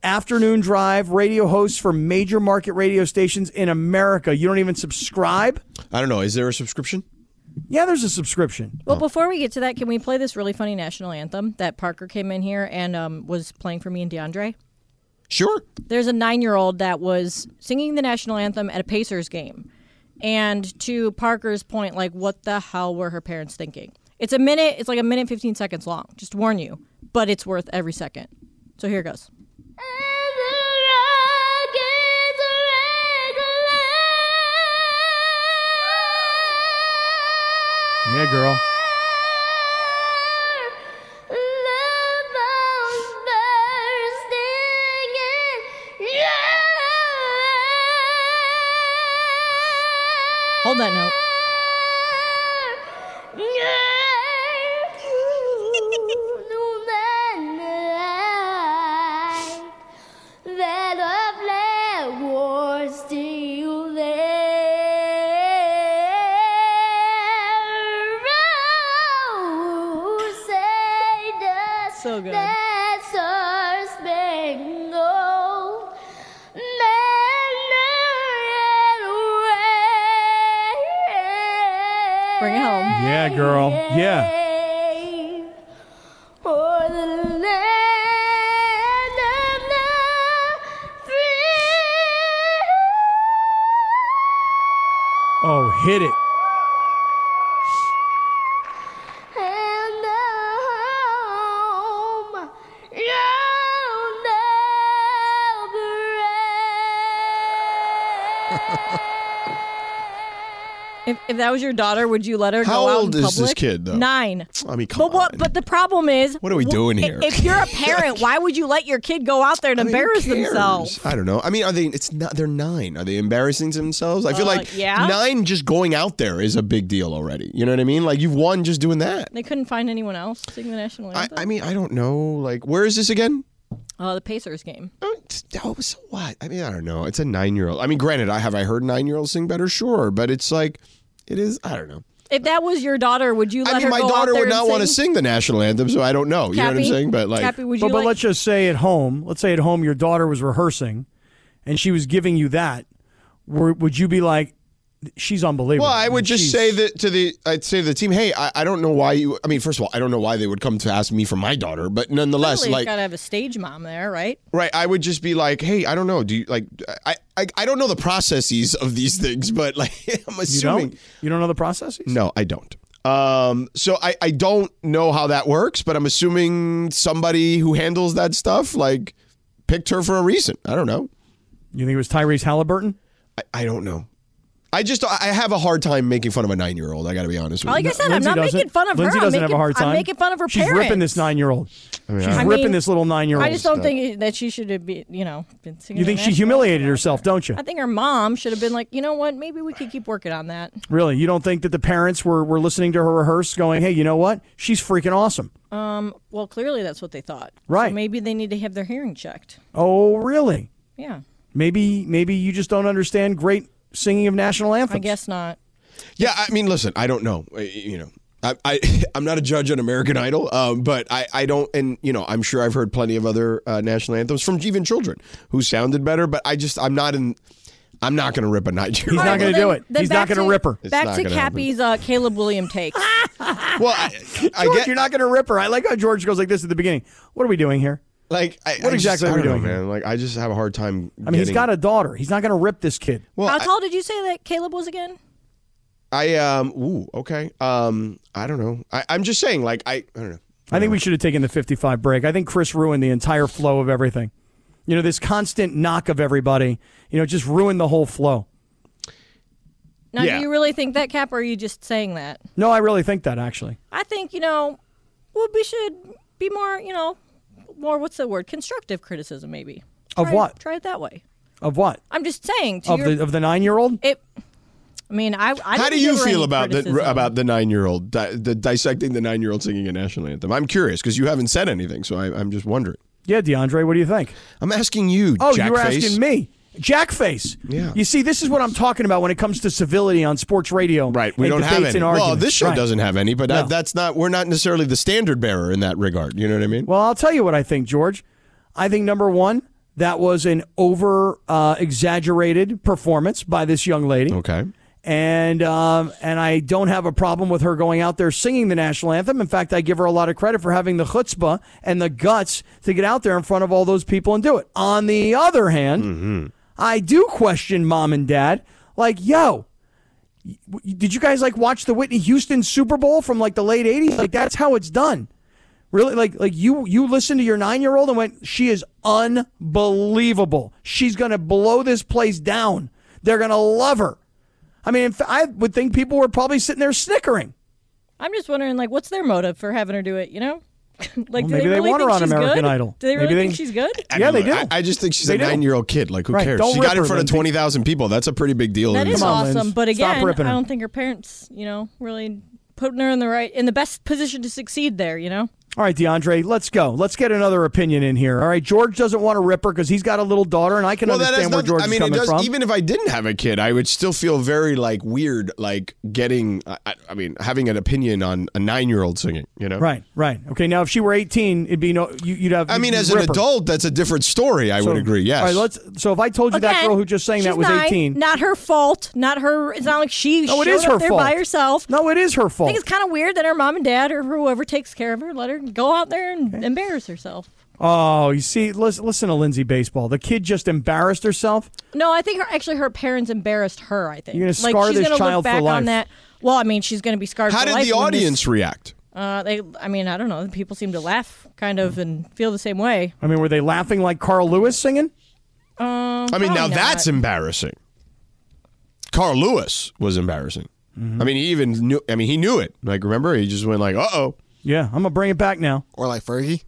[SPEAKER 3] afternoon drive radio hosts for major market radio stations in America, you don't even subscribe?
[SPEAKER 5] I don't know. Is there a subscription?
[SPEAKER 3] Yeah, there's a subscription.
[SPEAKER 13] Well, before we get to that, can we play this really funny national anthem that Parker came in here and um, was playing for me and DeAndre?
[SPEAKER 5] Sure.
[SPEAKER 13] There's a nine year old that was singing the national anthem at a Pacers game. And to Parker's point, like, what the hell were her parents thinking? It's a minute, it's like a minute, 15 seconds long, just to warn you, but it's worth every second. So here goes.
[SPEAKER 3] Yeah, girl.
[SPEAKER 13] Hold that note.
[SPEAKER 14] Oh, So good. That's our spangled
[SPEAKER 13] Bring it home.
[SPEAKER 3] Yeah, girl. Yeah.
[SPEAKER 14] for the land of the free.
[SPEAKER 3] Oh, hit it.
[SPEAKER 14] And the home round
[SPEAKER 13] If, if that was your daughter, would you let her
[SPEAKER 5] How
[SPEAKER 13] go out
[SPEAKER 5] old
[SPEAKER 13] in
[SPEAKER 5] is this
[SPEAKER 13] public?
[SPEAKER 5] kid, though?
[SPEAKER 13] Nine.
[SPEAKER 5] I mean, come
[SPEAKER 13] but what? But the problem is,
[SPEAKER 5] What are we
[SPEAKER 13] wh-
[SPEAKER 5] doing
[SPEAKER 13] i-
[SPEAKER 5] here?
[SPEAKER 13] If you're a parent, why would you let your kid go out there and embarrass themselves?
[SPEAKER 5] I don't know. I mean, are they? It's not. They're nine. Are they embarrassing themselves? I feel
[SPEAKER 13] Uh,
[SPEAKER 5] like
[SPEAKER 13] yeah.
[SPEAKER 5] nine just going out there is a big deal already. You know what I mean? Like you've won just doing that.
[SPEAKER 13] They couldn't find anyone else to sing the national
[SPEAKER 5] I,
[SPEAKER 13] anthem.
[SPEAKER 5] I mean, I don't know. Like, where is this again?
[SPEAKER 13] Oh, the Pacers game.
[SPEAKER 5] Oh, so what? I mean, I don't know. It's a nine-year-old. I mean, granted, I have I heard nine-year-olds sing better, sure, but it's like, it is. I don't know.
[SPEAKER 13] If that was your daughter, would you let
[SPEAKER 5] I mean,
[SPEAKER 13] her
[SPEAKER 5] my
[SPEAKER 13] go out
[SPEAKER 5] daughter
[SPEAKER 13] there
[SPEAKER 5] would
[SPEAKER 13] and
[SPEAKER 5] not want to sing the national anthem, so I don't know. you know what I'm
[SPEAKER 13] Cappy?
[SPEAKER 5] saying? But like,
[SPEAKER 13] Cappy, would
[SPEAKER 3] but,
[SPEAKER 13] you
[SPEAKER 3] but
[SPEAKER 13] like-
[SPEAKER 3] let's just say at home, let's say at home your daughter was rehearsing and she was giving you that. Were, would you be like, she's unbelievable.
[SPEAKER 5] Well, I would just
[SPEAKER 3] She's-
[SPEAKER 5] say that to the I'd say to the team, hey, I, I don't know why you. I mean, first of all, I don't know why they would come to ask me for my daughter, but nonetheless,
[SPEAKER 13] Clearly,
[SPEAKER 5] like
[SPEAKER 13] gotta have a stage mom there, right?
[SPEAKER 5] Right. I would just be like, hey, I don't know. Do you like? I I, I don't know the processes of these things, but like, I'm
[SPEAKER 3] you don't?
[SPEAKER 5] assuming.
[SPEAKER 3] you don't know the processes.
[SPEAKER 5] No, I don't. Um, so I I don't know how that works, but I'm assuming somebody who handles that stuff like picked her for a reason. I don't know.
[SPEAKER 3] You think it was Tyrese Halliburton?
[SPEAKER 5] I, I don't know. I just I have a hard time making fun of a nine year old. I got to be honest with
[SPEAKER 13] Like
[SPEAKER 5] you.
[SPEAKER 13] I said, I'm not making fun of
[SPEAKER 3] Lindsay
[SPEAKER 13] her. I'm
[SPEAKER 3] doesn't
[SPEAKER 13] making,
[SPEAKER 3] have a hard time.
[SPEAKER 13] I'm making fun of her
[SPEAKER 3] She's
[SPEAKER 13] parents.
[SPEAKER 3] ripping this nine-year-old. She's
[SPEAKER 13] I
[SPEAKER 3] ripping
[SPEAKER 13] mean,
[SPEAKER 3] this little nine-year-old.
[SPEAKER 13] I just don't think that she should have been, you know, been singing.
[SPEAKER 3] You think
[SPEAKER 13] the
[SPEAKER 3] she
[SPEAKER 13] national-
[SPEAKER 3] humiliated herself, don't you?
[SPEAKER 13] I think her mom should have been like, you know what? Maybe we could keep working on that.
[SPEAKER 3] Really, you don't think that the parents were were listening to her rehearse, going, "Hey, you know what? She's freaking awesome."
[SPEAKER 13] Um, well, clearly that's what they thought. So
[SPEAKER 3] Right.
[SPEAKER 13] maybe they need to have their hearing checked.
[SPEAKER 3] Oh, really?
[SPEAKER 13] Yeah.
[SPEAKER 3] Maybe maybe you just don't understand great singing of national anthems.
[SPEAKER 13] I guess not.
[SPEAKER 5] Yeah, I mean, listen, I don't know. I- You know, I, I I'm not a judge on American Idol, um, but I I don't, and you know, I'm sure I've heard plenty of other uh, national anthems from even children who sounded better, but I just I'm not in. I'm not going to rip a Nigerian.
[SPEAKER 13] All right, well, then- then back
[SPEAKER 5] gonna It's
[SPEAKER 13] Back
[SPEAKER 5] not
[SPEAKER 13] to
[SPEAKER 5] gonna happen.
[SPEAKER 13] Cappy's uh, Caleb William take.
[SPEAKER 5] well, I,
[SPEAKER 3] George, you're not going to rip her. I like how George goes like this at the beginning. What are we doing here?
[SPEAKER 5] Like, I,
[SPEAKER 3] what
[SPEAKER 5] I just-
[SPEAKER 3] exactly
[SPEAKER 5] I
[SPEAKER 3] are we
[SPEAKER 5] don't know,
[SPEAKER 3] doing? here?
[SPEAKER 5] man? Like, I just have a hard time.
[SPEAKER 3] I mean, he's
[SPEAKER 5] getting-
[SPEAKER 3] got a daughter. He's not going to rip this kid.
[SPEAKER 5] Well,
[SPEAKER 13] How
[SPEAKER 5] I-
[SPEAKER 13] tall did you say that Caleb was again?
[SPEAKER 5] I um. Ooh. Okay. Um. I don't know. I, I'm just saying. Like, I. I don't know.
[SPEAKER 3] I think we should have taken the 55 break. I think Chris ruined the entire flow of everything. You know, this constant knock of everybody, you know, just ruined the whole flow.
[SPEAKER 13] Now,
[SPEAKER 3] Yeah.
[SPEAKER 13] do you really think that, Cap, or are you just saying that?
[SPEAKER 3] No, I really think that actually.
[SPEAKER 13] I think, you know, well, we should be more, you know, more, what's the word? Constructive criticism, maybe.
[SPEAKER 3] Of
[SPEAKER 13] Try-
[SPEAKER 3] what?
[SPEAKER 13] Try it that way.
[SPEAKER 3] Of what?
[SPEAKER 13] I'm just saying. To
[SPEAKER 3] Of
[SPEAKER 13] your,
[SPEAKER 3] the of the 9-year-old?
[SPEAKER 13] It. I mean, I. I
[SPEAKER 5] How
[SPEAKER 13] didn't
[SPEAKER 5] do you
[SPEAKER 13] give her
[SPEAKER 5] feel
[SPEAKER 13] any
[SPEAKER 5] about uh,
[SPEAKER 13] criticism.
[SPEAKER 5] the about the nine year old di- the dissecting the nine year old singing a national anthem? I'm curious because you haven't said anything, so I, I'm just wondering.
[SPEAKER 3] Yeah, DeAndre, what do you think?
[SPEAKER 5] I'm asking you.
[SPEAKER 3] Oh,
[SPEAKER 5] Jackface.
[SPEAKER 3] you were asking me. Jackface. Yeah. You see, this is what I'm talking about when it comes to civility on sports radio. Right.
[SPEAKER 5] We don't have any.
[SPEAKER 3] And
[SPEAKER 5] Well,
[SPEAKER 3] arguments.
[SPEAKER 5] this show
[SPEAKER 3] Right.
[SPEAKER 5] doesn't have any, but
[SPEAKER 3] No.
[SPEAKER 5] that, that's not. We're not necessarily the standard bearer in that regard. You know what I mean?
[SPEAKER 3] Well, I'll tell you what I think, George. I think number one, that was an over uh, exaggerated performance by this young lady.
[SPEAKER 5] Okay.
[SPEAKER 3] And um, and I don't have a problem with her going out there singing the national anthem. In fact, I give her a lot of credit for having the chutzpah and the guts to get out there in front of all those people and do it. On the other hand,
[SPEAKER 5] Mm-hmm.
[SPEAKER 3] I do question mom and dad. Like, yo, w- did you guys like watch the Whitney Houston Super Bowl from like the late '80s? Like, that's how it's done. Really, like like you you listened to your nine year old and went, she is unbelievable. She's gonna blow this place down. They're gonna love her. I mean, in fa- I would think people were probably sitting there snickering.
[SPEAKER 13] I'm just wondering, like, what's their motive for having her do it? You know, like, do
[SPEAKER 3] maybe
[SPEAKER 13] they,
[SPEAKER 3] they
[SPEAKER 13] really
[SPEAKER 3] want her
[SPEAKER 13] think
[SPEAKER 3] on
[SPEAKER 13] she's
[SPEAKER 3] American
[SPEAKER 13] good?
[SPEAKER 3] Idol.
[SPEAKER 13] Do they
[SPEAKER 3] Maybe
[SPEAKER 13] really
[SPEAKER 3] they-
[SPEAKER 13] think she's good?
[SPEAKER 5] I mean, look, I, I just think she's
[SPEAKER 3] They
[SPEAKER 5] a
[SPEAKER 3] do.
[SPEAKER 5] nine year old kid. Like, who
[SPEAKER 3] Right,
[SPEAKER 5] cares?
[SPEAKER 3] don't
[SPEAKER 5] she
[SPEAKER 3] rip
[SPEAKER 5] got in
[SPEAKER 3] her,
[SPEAKER 5] front of
[SPEAKER 3] Lindsay.
[SPEAKER 5] twenty thousand people. That's a pretty big deal.
[SPEAKER 13] That
[SPEAKER 5] Lindsay.
[SPEAKER 13] is awesome, but
[SPEAKER 3] Stop
[SPEAKER 13] again,
[SPEAKER 3] ripping her.
[SPEAKER 13] I don't think her parents, you know, really putting her in the right, in the best position to succeed there. You know,
[SPEAKER 3] All right, DeAndre, let's go. Let's get another opinion in here. All right, George doesn't want to rip her because he's got a little daughter, and I can
[SPEAKER 5] well, that has
[SPEAKER 3] understand where
[SPEAKER 5] nothing.
[SPEAKER 3] George
[SPEAKER 5] I
[SPEAKER 3] is
[SPEAKER 5] mean, it
[SPEAKER 3] coming
[SPEAKER 5] does.
[SPEAKER 3] from.
[SPEAKER 5] Even if I didn't have a kid, I would still feel very like weird, like getting. I, I- I mean, having an opinion on a nine-year-old singing. You know,
[SPEAKER 3] Right, right. Okay, now if she were 18, it'd be no. You, you'd have.
[SPEAKER 5] I mean,
[SPEAKER 3] you'd
[SPEAKER 5] as an
[SPEAKER 3] rip her.
[SPEAKER 5] adult, that's a different story. I
[SPEAKER 3] So-
[SPEAKER 5] would agree. Yes.
[SPEAKER 3] All right, let's. So if I told you that
[SPEAKER 13] Again,
[SPEAKER 3] girl who just sang that
[SPEAKER 13] she's
[SPEAKER 3] was
[SPEAKER 13] nine,
[SPEAKER 3] 18,
[SPEAKER 13] Not her fault. Not her. It's not like she.
[SPEAKER 3] no, it
[SPEAKER 13] showed
[SPEAKER 3] is
[SPEAKER 13] up
[SPEAKER 3] her
[SPEAKER 13] there
[SPEAKER 3] fault.
[SPEAKER 13] By herself.
[SPEAKER 3] No, it is her
[SPEAKER 13] I
[SPEAKER 3] fault.
[SPEAKER 13] think it's kind of weird that her mom and dad or whoever takes care of her let her go out there and embarrass herself.
[SPEAKER 3] Oh, you see, listen, listen to Lindsay Baseball. The kid just embarrassed herself.
[SPEAKER 13] No, I think her actually her parents embarrassed her. I think
[SPEAKER 3] You're gonna
[SPEAKER 13] like
[SPEAKER 3] scar
[SPEAKER 13] she's
[SPEAKER 3] this
[SPEAKER 13] gonna
[SPEAKER 3] child
[SPEAKER 13] look
[SPEAKER 3] for
[SPEAKER 13] back
[SPEAKER 3] life.
[SPEAKER 13] on that. Well, I mean, she's gonna be scarred.
[SPEAKER 5] How
[SPEAKER 13] for
[SPEAKER 5] did
[SPEAKER 13] life
[SPEAKER 5] the
[SPEAKER 13] when this-
[SPEAKER 5] audience react?
[SPEAKER 13] Uh, they, I mean, I don't know. People seem to laugh kind of and feel the same way.
[SPEAKER 3] I mean, were they laughing like Carl Lewis singing?
[SPEAKER 13] Um,
[SPEAKER 5] I mean, now
[SPEAKER 13] probably
[SPEAKER 5] that's
[SPEAKER 13] not.
[SPEAKER 5] embarrassing. Carl Lewis was embarrassing.
[SPEAKER 3] Mm-hmm.
[SPEAKER 5] I mean, he even knew. I mean, he knew it. Like, remember, he just went like, "Uh oh."
[SPEAKER 3] Yeah, I'm gonna bring it back now.
[SPEAKER 5] Or like Fergie.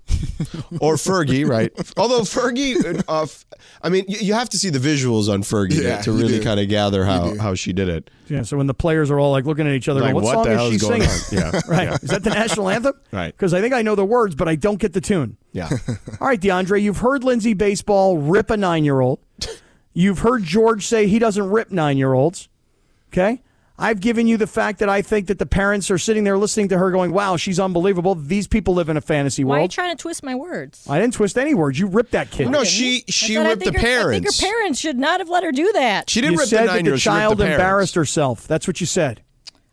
[SPEAKER 5] or Fergie, right? Although Fergie, uh, f- I mean, you, you have to see the visuals on Fergie
[SPEAKER 3] Yeah,
[SPEAKER 5] to- to
[SPEAKER 3] you
[SPEAKER 5] really
[SPEAKER 3] do.
[SPEAKER 5] kind of gather how how she did it.
[SPEAKER 3] Yeah. So when the players are all like looking at each other,
[SPEAKER 5] Like,
[SPEAKER 3] going,
[SPEAKER 5] what
[SPEAKER 3] what, song
[SPEAKER 5] the hell
[SPEAKER 3] is she
[SPEAKER 5] is going
[SPEAKER 3] singing?
[SPEAKER 5] on? Yeah,
[SPEAKER 3] right.
[SPEAKER 5] yeah.
[SPEAKER 3] Is that the national anthem?
[SPEAKER 5] Right.
[SPEAKER 3] Because I think I know the words, but I don't get the tune.
[SPEAKER 5] Yeah.
[SPEAKER 3] All right, DeAndre, you've heard Lindsay Baseball rip a nine year old. You've heard George say he doesn't rip nine year olds. Okay. I've given you the fact that I think that the parents are sitting there listening to her going, wow, she's unbelievable. These people live in a fantasy
[SPEAKER 13] Why are you
[SPEAKER 3] world.
[SPEAKER 13] trying to twist my words?
[SPEAKER 3] I didn't twist any words. You ripped that kid.
[SPEAKER 13] I didn't. I said, I think her- I think her parents should not have let her do that.
[SPEAKER 3] you said that the child embarrassed herself. That's what you said.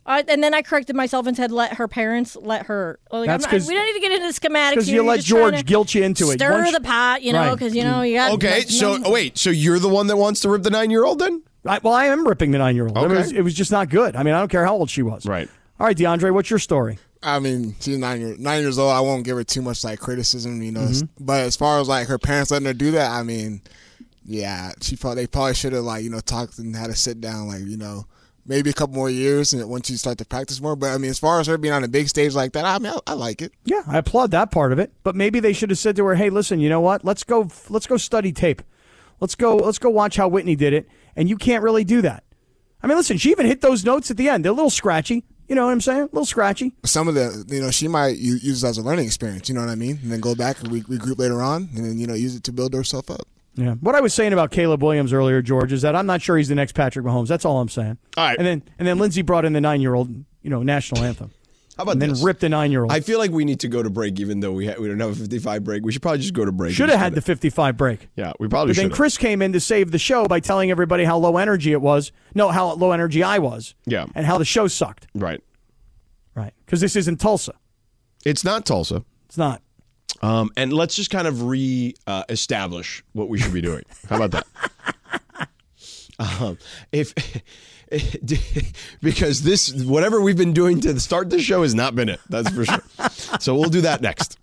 [SPEAKER 13] Uh, and then I corrected myself and said, "Let her parents let her." Like,
[SPEAKER 3] That's
[SPEAKER 13] I'm not,
[SPEAKER 3] 'cause-
[SPEAKER 13] we don't need to get into the schematics
[SPEAKER 3] because
[SPEAKER 13] here.
[SPEAKER 3] you
[SPEAKER 13] You're
[SPEAKER 3] let
[SPEAKER 13] just trying
[SPEAKER 3] George
[SPEAKER 13] to
[SPEAKER 3] guilt you into it.
[SPEAKER 13] Stir
[SPEAKER 3] Once-
[SPEAKER 13] the pot, you know,
[SPEAKER 3] Right.
[SPEAKER 13] because you know you got.
[SPEAKER 5] Okay,
[SPEAKER 13] like,
[SPEAKER 5] so
[SPEAKER 13] no-
[SPEAKER 5] oh, wait, so you're the one that wants to rip the nine year old then?
[SPEAKER 3] I, well, I am ripping the nine year old. I mean, it, was, it was just not good. I mean, I don't care how old she was. Right. All right, DeAndre, what's your story?
[SPEAKER 9] I mean, she's nine years nine years old. I won't give her too much like criticism, you know. s-
[SPEAKER 3] Mhm.
[SPEAKER 9] But as far as like her parents letting her do that, I mean, yeah, she probably they probably should have like you know talked and had a sit down, like you know. Maybe a couple more years, and once you start to practice more. But I mean, as far as her being on a big stage like that, I mean, I, I like it.
[SPEAKER 3] Yeah, I applaud that part of it, but maybe they should have said to her, "Hey, listen, you know what? Let's go. Let's go study tape. Let's go. Let's go watch how Whitney did it." And you can't really do that. I mean, listen, she even hit those notes at the end. They're a little scratchy. You know what I'm saying? A little scratchy.
[SPEAKER 9] Some of the, you know, she might u- use it as a learning experience. You know what I mean? And then go back and re- regroup later on, and then you know, use it to build herself up.
[SPEAKER 3] Yeah. What I was saying about Caleb Williams earlier, George, is that I'm not sure he's the next Patrick Mahomes. That's all I'm saying. All right. And then and then Lindsay brought in the nine year old, you know, national anthem.
[SPEAKER 5] How about
[SPEAKER 3] and then
[SPEAKER 5] this?
[SPEAKER 3] ripped the nine year old.
[SPEAKER 5] I feel like we need to go to break, even though we ha- we don't have a 55 break. We should probably just go to break.
[SPEAKER 3] Should have had the 55 break.
[SPEAKER 5] Yeah, we probably
[SPEAKER 3] But then
[SPEAKER 5] should.
[SPEAKER 3] Chris came in to save the show by telling everybody how low energy it was. No, how low energy I was.
[SPEAKER 5] Yeah.
[SPEAKER 3] And how the show sucked.
[SPEAKER 5] Right.
[SPEAKER 3] Right. Because this isn't Tulsa.
[SPEAKER 5] It's not Tulsa.
[SPEAKER 3] It's not.
[SPEAKER 5] Um, and let's just kind of re-establish what we should be doing. How about that? um, if because this whatever we've been doing to start the show has not been it. That's for sure. so we'll do that next.